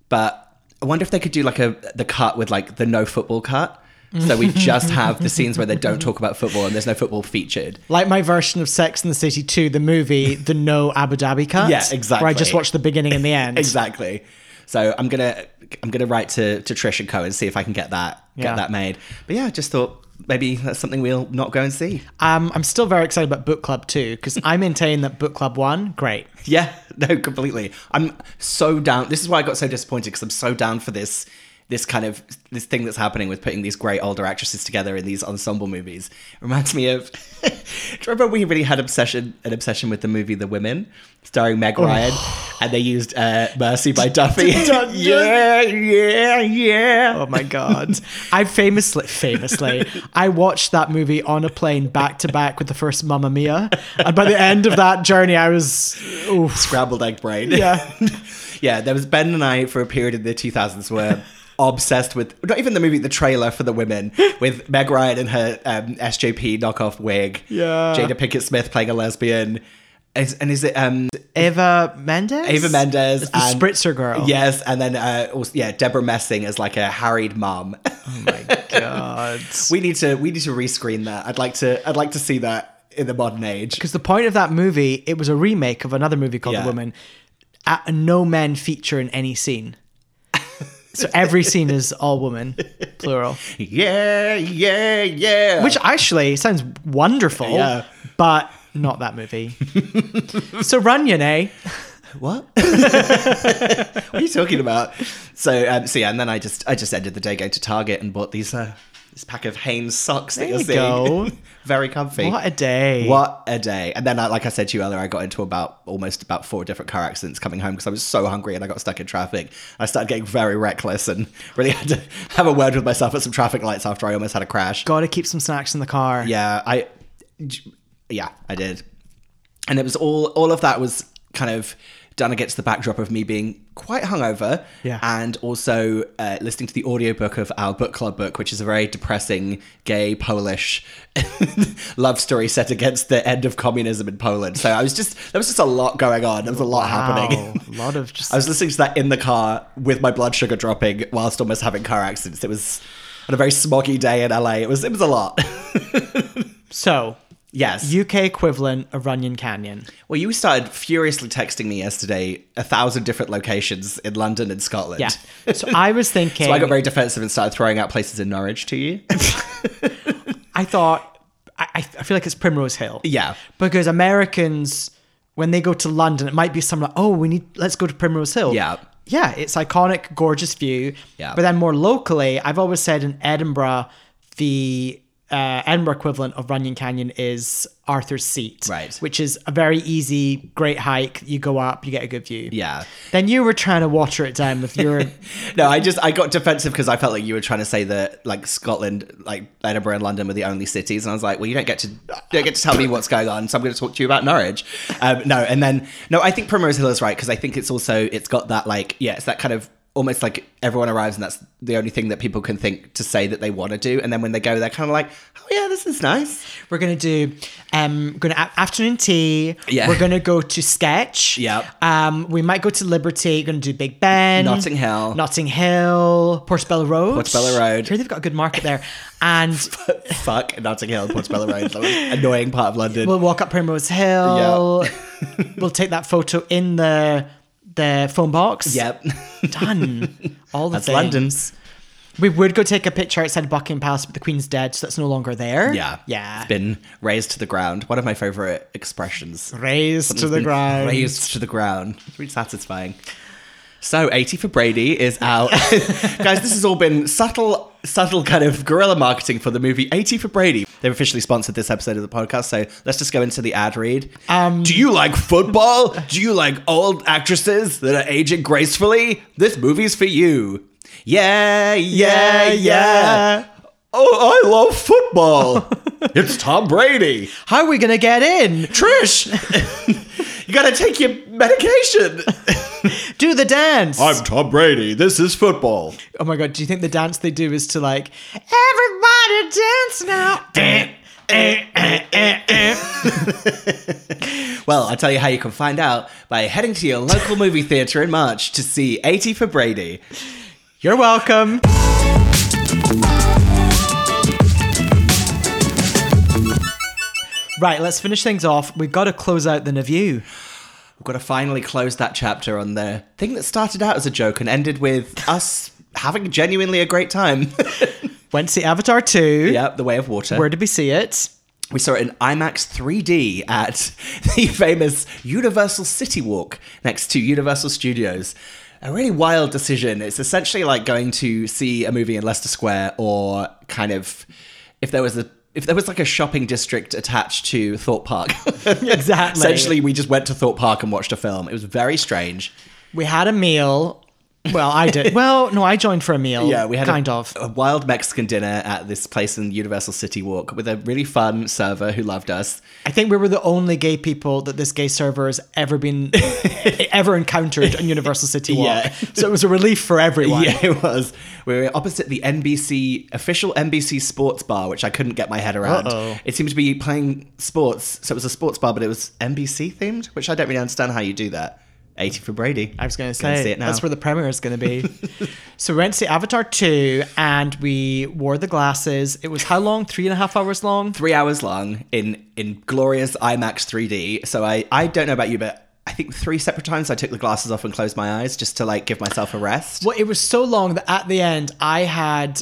S6: but I wonder if they could do like a the cut with like the no football cut. So we just have the scenes where they don't talk about football and there's no football featured.
S7: Like my version of Sex and the City 2, the movie, the no Abu Dhabi cut.
S6: Yeah, exactly.
S7: Where I just watched the beginning and the end.
S6: Exactly. So I'm gonna I'm gonna write to, to Trish and Co and see if I can get that
S7: Yeah.
S6: get that made. But yeah, I just thought maybe that's something we'll not go and see.
S7: Um, I'm still very excited about Book Club 2 because I maintain that Book Club 1, great.
S6: Yeah, no, completely. I'm so down. This is why I got so disappointed because I'm so down for this this kind of this thing that's happening with putting these great older actresses together in these ensemble movies. Reminds me of. do you remember we really had obsession an obsession with the movie The Women, starring Meg Ryan, and they used uh, Mercy by Duffy. yeah, yeah, yeah.
S7: Oh my god. I famously famously I watched that movie on a plane back to back with the first Mamma Mia. And by the end of that journey I was oof.
S6: scrambled egg brain.
S7: Yeah.
S6: yeah, there was Ben and I for a period in the 2000s were obsessed with not even the movie, the trailer for the women with Meg Ryan and her um, SJP knockoff wig.
S7: Yeah.
S6: Jada Pinkett Smith playing a lesbian. Is, and is it um,
S7: Eva Mendes?
S6: Ava Mendes
S7: It's the
S6: and-
S7: Spritzer girl.
S6: Yes, and then uh, also, yeah, Deborah Messing as like a harried mom.
S7: Oh God.
S6: we need to we need to rescreen that. I'd like to I'd like to see that in the modern age.
S7: Because the point of that movie, it was a remake of another movie called
S6: Yeah.
S7: The Woman. A no men feature in any scene. so every scene is all women, plural.
S6: Yeah, yeah, yeah.
S7: Which actually sounds wonderful,
S6: Yeah.
S7: but not that movie. so Runyon, eh?
S6: what? what are you talking about? So, um, so yeah, and then I just I just ended the day going to Target and bought these uh, this pack of Hanes socks that
S7: There
S6: you're
S7: you
S6: seeing.
S7: go.
S6: Very comfy.
S7: What a day.
S6: What a day! And then, I, like I said to you earlier, I got into about almost about four different car accidents coming home because I was so hungry and I got stuck in traffic. I started getting very reckless and really had to have a word with myself at some traffic lights after I almost had a crash.
S7: Gotta keep some snacks in the car.
S6: Yeah, I, yeah, I did, and it was all all of that was kind of done against the backdrop of me being quite hungover,
S7: Yeah.
S6: and also uh, listening to the audiobook of our book club book, which is a very depressing gay Polish love story set against the end of communism in Poland. So I was just there was just a lot going on. There was a lot happening.
S7: Wow, a lot of just
S6: I was listening to that in the car with my blood sugar dropping whilst almost having car accidents. It was on a very smoggy day in LA. It was it was a lot.
S7: so
S6: Yes.
S7: UK equivalent of Runyon Canyon.
S6: well, you started furiously texting me yesterday a thousand different locations in London and Scotland.
S7: Yeah. So I was thinking
S6: So I got very defensive and started throwing out places in Norwich to you.
S7: I thought I, I feel like it's Primrose Hill.
S6: yeah.
S7: because Americans when they go to London, it might be some like, oh, we need let's go to Primrose Hill.
S6: Yeah.
S7: yeah, it's iconic, gorgeous view.
S6: Yeah.
S7: but then more locally, I've always said in Edinburgh, the uh, Edinburgh equivalent of Runyon Canyon is Arthur's Seat,
S6: Right.
S7: Which is a very easy, great hike. You go up, you get a good view.
S6: Yeah.
S7: Then you were trying to water it down with your
S6: No, I just I got defensive because I felt like you were trying to say that like Scotland, like Edinburgh and London were the only cities, and I was like, well, you don't get to you don't get to tell me what's going on, so I'm going to talk to you about Norwich. Um, no, and then no, I think Primrose Hill is right because I think it's also it's got that like yeah, it's that kind of almost like everyone arrives and that's the only thing that people can think to say that they want to do. And then when they go, they're kind of like, oh yeah, this is nice.
S7: We're gonna do um gonna a- afternoon tea.
S6: Yeah.
S7: We're gonna go to Sketch.
S6: Yep.
S7: Um we might go to Liberty, gonna do Big Ben.
S6: Notting Hill.
S7: Notting Hill. Portobello Road.
S6: Portobello Road.
S7: Here they've got a good market there. And
S6: Fuck Notting Hill, Portobello Road, that was an annoying part of London.
S7: we'll walk up Primrose Hill. we'll take that photo in the the phone box.
S6: Yep.
S7: Done. All the
S6: that's
S7: things.
S6: London's.
S7: We would go take a picture outside Buckingham Palace, but the Queen's dead, so that's no longer there.
S6: Yeah.
S7: Yeah.
S6: It's been raised to the ground. One of my favorite expressions.
S7: Raised to
S6: Something's
S7: the
S6: been
S7: ground.
S6: Raised to the ground. It's really satisfying. So 80 for Brady is out. Guys, this has all been subtle, subtle kind of guerrilla marketing for the movie 80 for Brady. They've officially sponsored this episode of the podcast, so let's just go into the ad read. Um, Do you like football? Do you like old actresses that are aging gracefully? This movie's for you. Yeah, yeah, yeah. Oh, I love football. it's Tom Brady.
S7: How are we gonna get in?
S6: Trish, you gotta take your medication.
S7: Do the dance.
S6: Tom Brady. This is football.
S7: oh my god, do you think the dance they do is to like everybody dance now? Eh, eh, eh, eh, eh.
S6: Well, I'll tell you how you can find out by heading to your local movie theatre in March to see 80 for Brady.
S7: You're welcome. right, let's finish things off. We've got to close out the review.
S6: We've got to finally close that chapter on the thing that started out as a joke and ended with us having genuinely a great time.
S7: Went to see Avatar 2.
S6: yep, The Way of Water.
S7: Where did we see it?
S6: We saw it in IMAX 3D at the famous Universal City Walk next to Universal Studios. A really wild decision. It's essentially like going to see a movie in Leicester Square or kind of if there was a if there was like a shopping district attached to Thorpe Park.
S7: Exactly.
S6: Essentially, we just went to Thorpe Park and watched a film. It was very strange.
S7: We had a meal. Well, I did. well, no, I joined for a meal.
S6: Yeah, we had a-
S7: kind of.
S6: a wild Mexican dinner at this place in Universal City Walk with a really fun server who loved us.
S7: I think we were the only gay people that this gay server has ever been ever encountered on Universal City Walk.
S6: Yeah.
S7: So it was a relief for everyone.
S6: Yeah, it was. We were opposite the NBC official NBC sports bar, which I couldn't get my head around.
S7: Uh-oh.
S6: It seemed to be playing sports, so it was a sports bar, but it was NBC themed, which I don't really understand how you do that. Eighty for Brady.
S7: I was going to
S6: Gonna
S7: say
S6: see it now.
S7: that's where the premiere is going to be. so we went to see Avatar 2 and we wore the glasses. It was how long? Three and a half hours long?
S6: Three hours long in in glorious IMAX 3D. So I I don't know about you, but I think three separate times I took the glasses off and closed my eyes just to like give myself a rest.
S7: Well, it was so long that at the end I had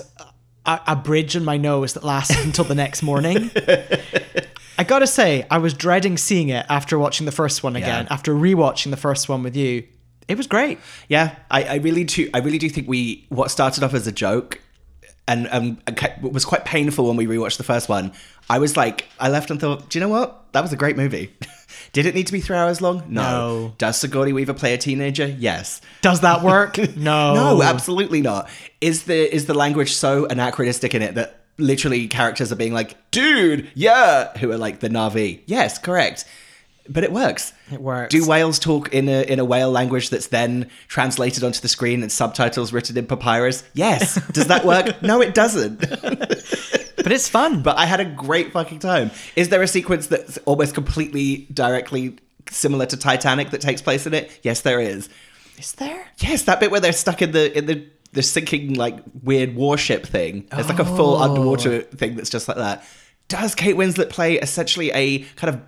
S7: a, a bridge in my nose that lasted until the next morning. I gotta say, I was dreading seeing it after watching the first one again,
S6: Yeah.
S7: after rewatching the first one with you. It was great.
S6: Yeah, I, I really do. I really do think we what started off as a joke, and um, and ca- was quite painful when we rewatched the first one. I was like, I left and thought, do you know what? That was a great movie. Did it need to be three hours long? No.
S7: No.
S6: Does Sigourney Weaver play a teenager? Yes.
S7: Does that work? No.
S6: No, uh, absolutely not. Is the is the language so anachronistic in it that literally characters are being like, dude, yeah, who are like the Navi? Yes, correct. But it works.
S7: It works.
S6: Do whales talk in a in a whale language that's then translated onto the screen and subtitles written in papyrus? Yes. Does that work? no, it doesn't.
S7: But it's fun.
S6: But I had a great fucking time. Is there a sequence that's almost completely directly similar to Titanic that takes place in it? Yes, there is.
S7: is there?
S6: Yes, that bit where they're stuck in the in the the sinking like weird warship thing. It's like a full
S7: Oh.
S6: underwater thing that's just like that. Does Kate Winslet play essentially a kind of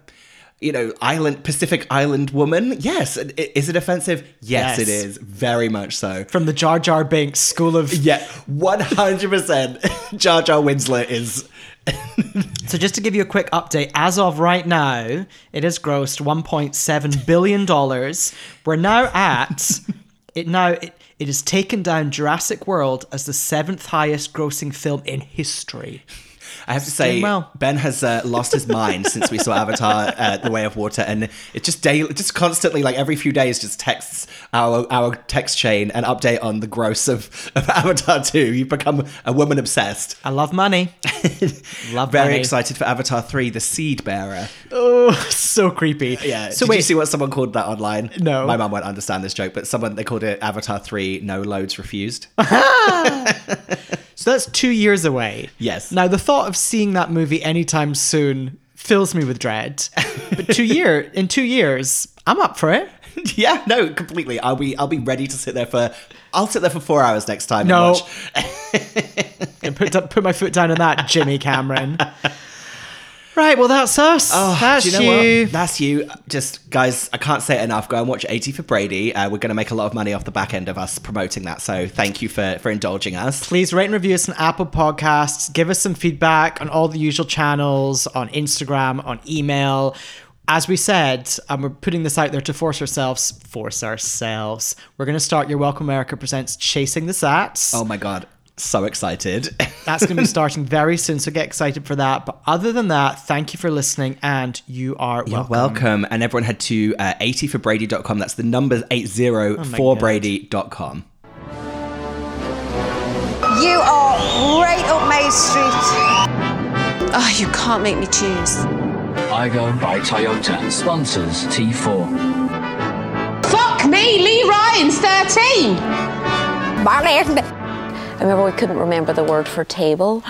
S6: you know island Pacific island woman? Yes. And i- Is it offensive? Yes,
S7: Yes.
S6: it is very much so.
S7: From the Jar Jar Binks School of.
S6: Yeah, one hundred percent. Jar Jar Winslet is
S7: So, just to give you a quick update, as of right now, it has grossed $1.7 billion. We're now at. it now. It, it has taken down Jurassic World as the seventh highest grossing film in history.
S6: I have to say,
S7: doing well.
S6: Ben has uh, lost his mind since we saw Avatar: uh, The Way of Water, and it just daily, just constantly, like every few days, just texts our our text chain an update on the gross of, of Avatar Two. You've become a woman obsessed.
S7: I love money. love
S6: Very
S7: money.
S6: excited for Avatar Three: The Seed Bearer.
S7: Oh, so creepy.
S6: Yeah.
S7: So
S6: So Did
S7: wait,
S6: you see what someone called that online?
S7: No.
S6: My mum won't understand this joke, but someone they called it Avatar Three: No Loads Refused.
S7: so that's two years away.
S6: Yes.
S7: Now the thought of seeing that movie anytime soon fills me with dread. But two year in two years, I'm up for it.
S6: yeah, no, completely. I'll be I'll be ready to sit there for I'll sit there for four hours next time.
S7: No.
S6: And watch.
S7: And put put my foot down on that, Jimmy Cameron. Right, well that's us. that's
S6: Oh, Do you know
S7: you.
S6: what? That's you. Just guys, I can't say it enough. Go and watch 80 for Brady. Uh, we're going to make a lot of money off the back end of us promoting that. So thank you for for indulging us.
S7: Please rate and review us on Apple Podcasts. Give us some feedback on all the usual channels, on Instagram, on email. As we said, um, we're putting this out there to force ourselves, force ourselves. We're going to start your Welcome America Presents Chasing the Sats.
S6: Oh my god, so excited.
S7: That's going to be starting very soon, so get excited for that. But other than that, thank you for listening, and you are
S6: You're
S7: welcome.
S6: welcome. And everyone head to uh, 80forbrady.com. That's the numbers 80 for
S7: Oh God.
S6: Brady.com.
S1: You are right up my street.
S2: Oh, you can't make me choose.
S3: I go by Toyota sponsors T4.
S4: Fuck me, Lee Ryan's 13.
S5: I remember we couldn't remember the word for table.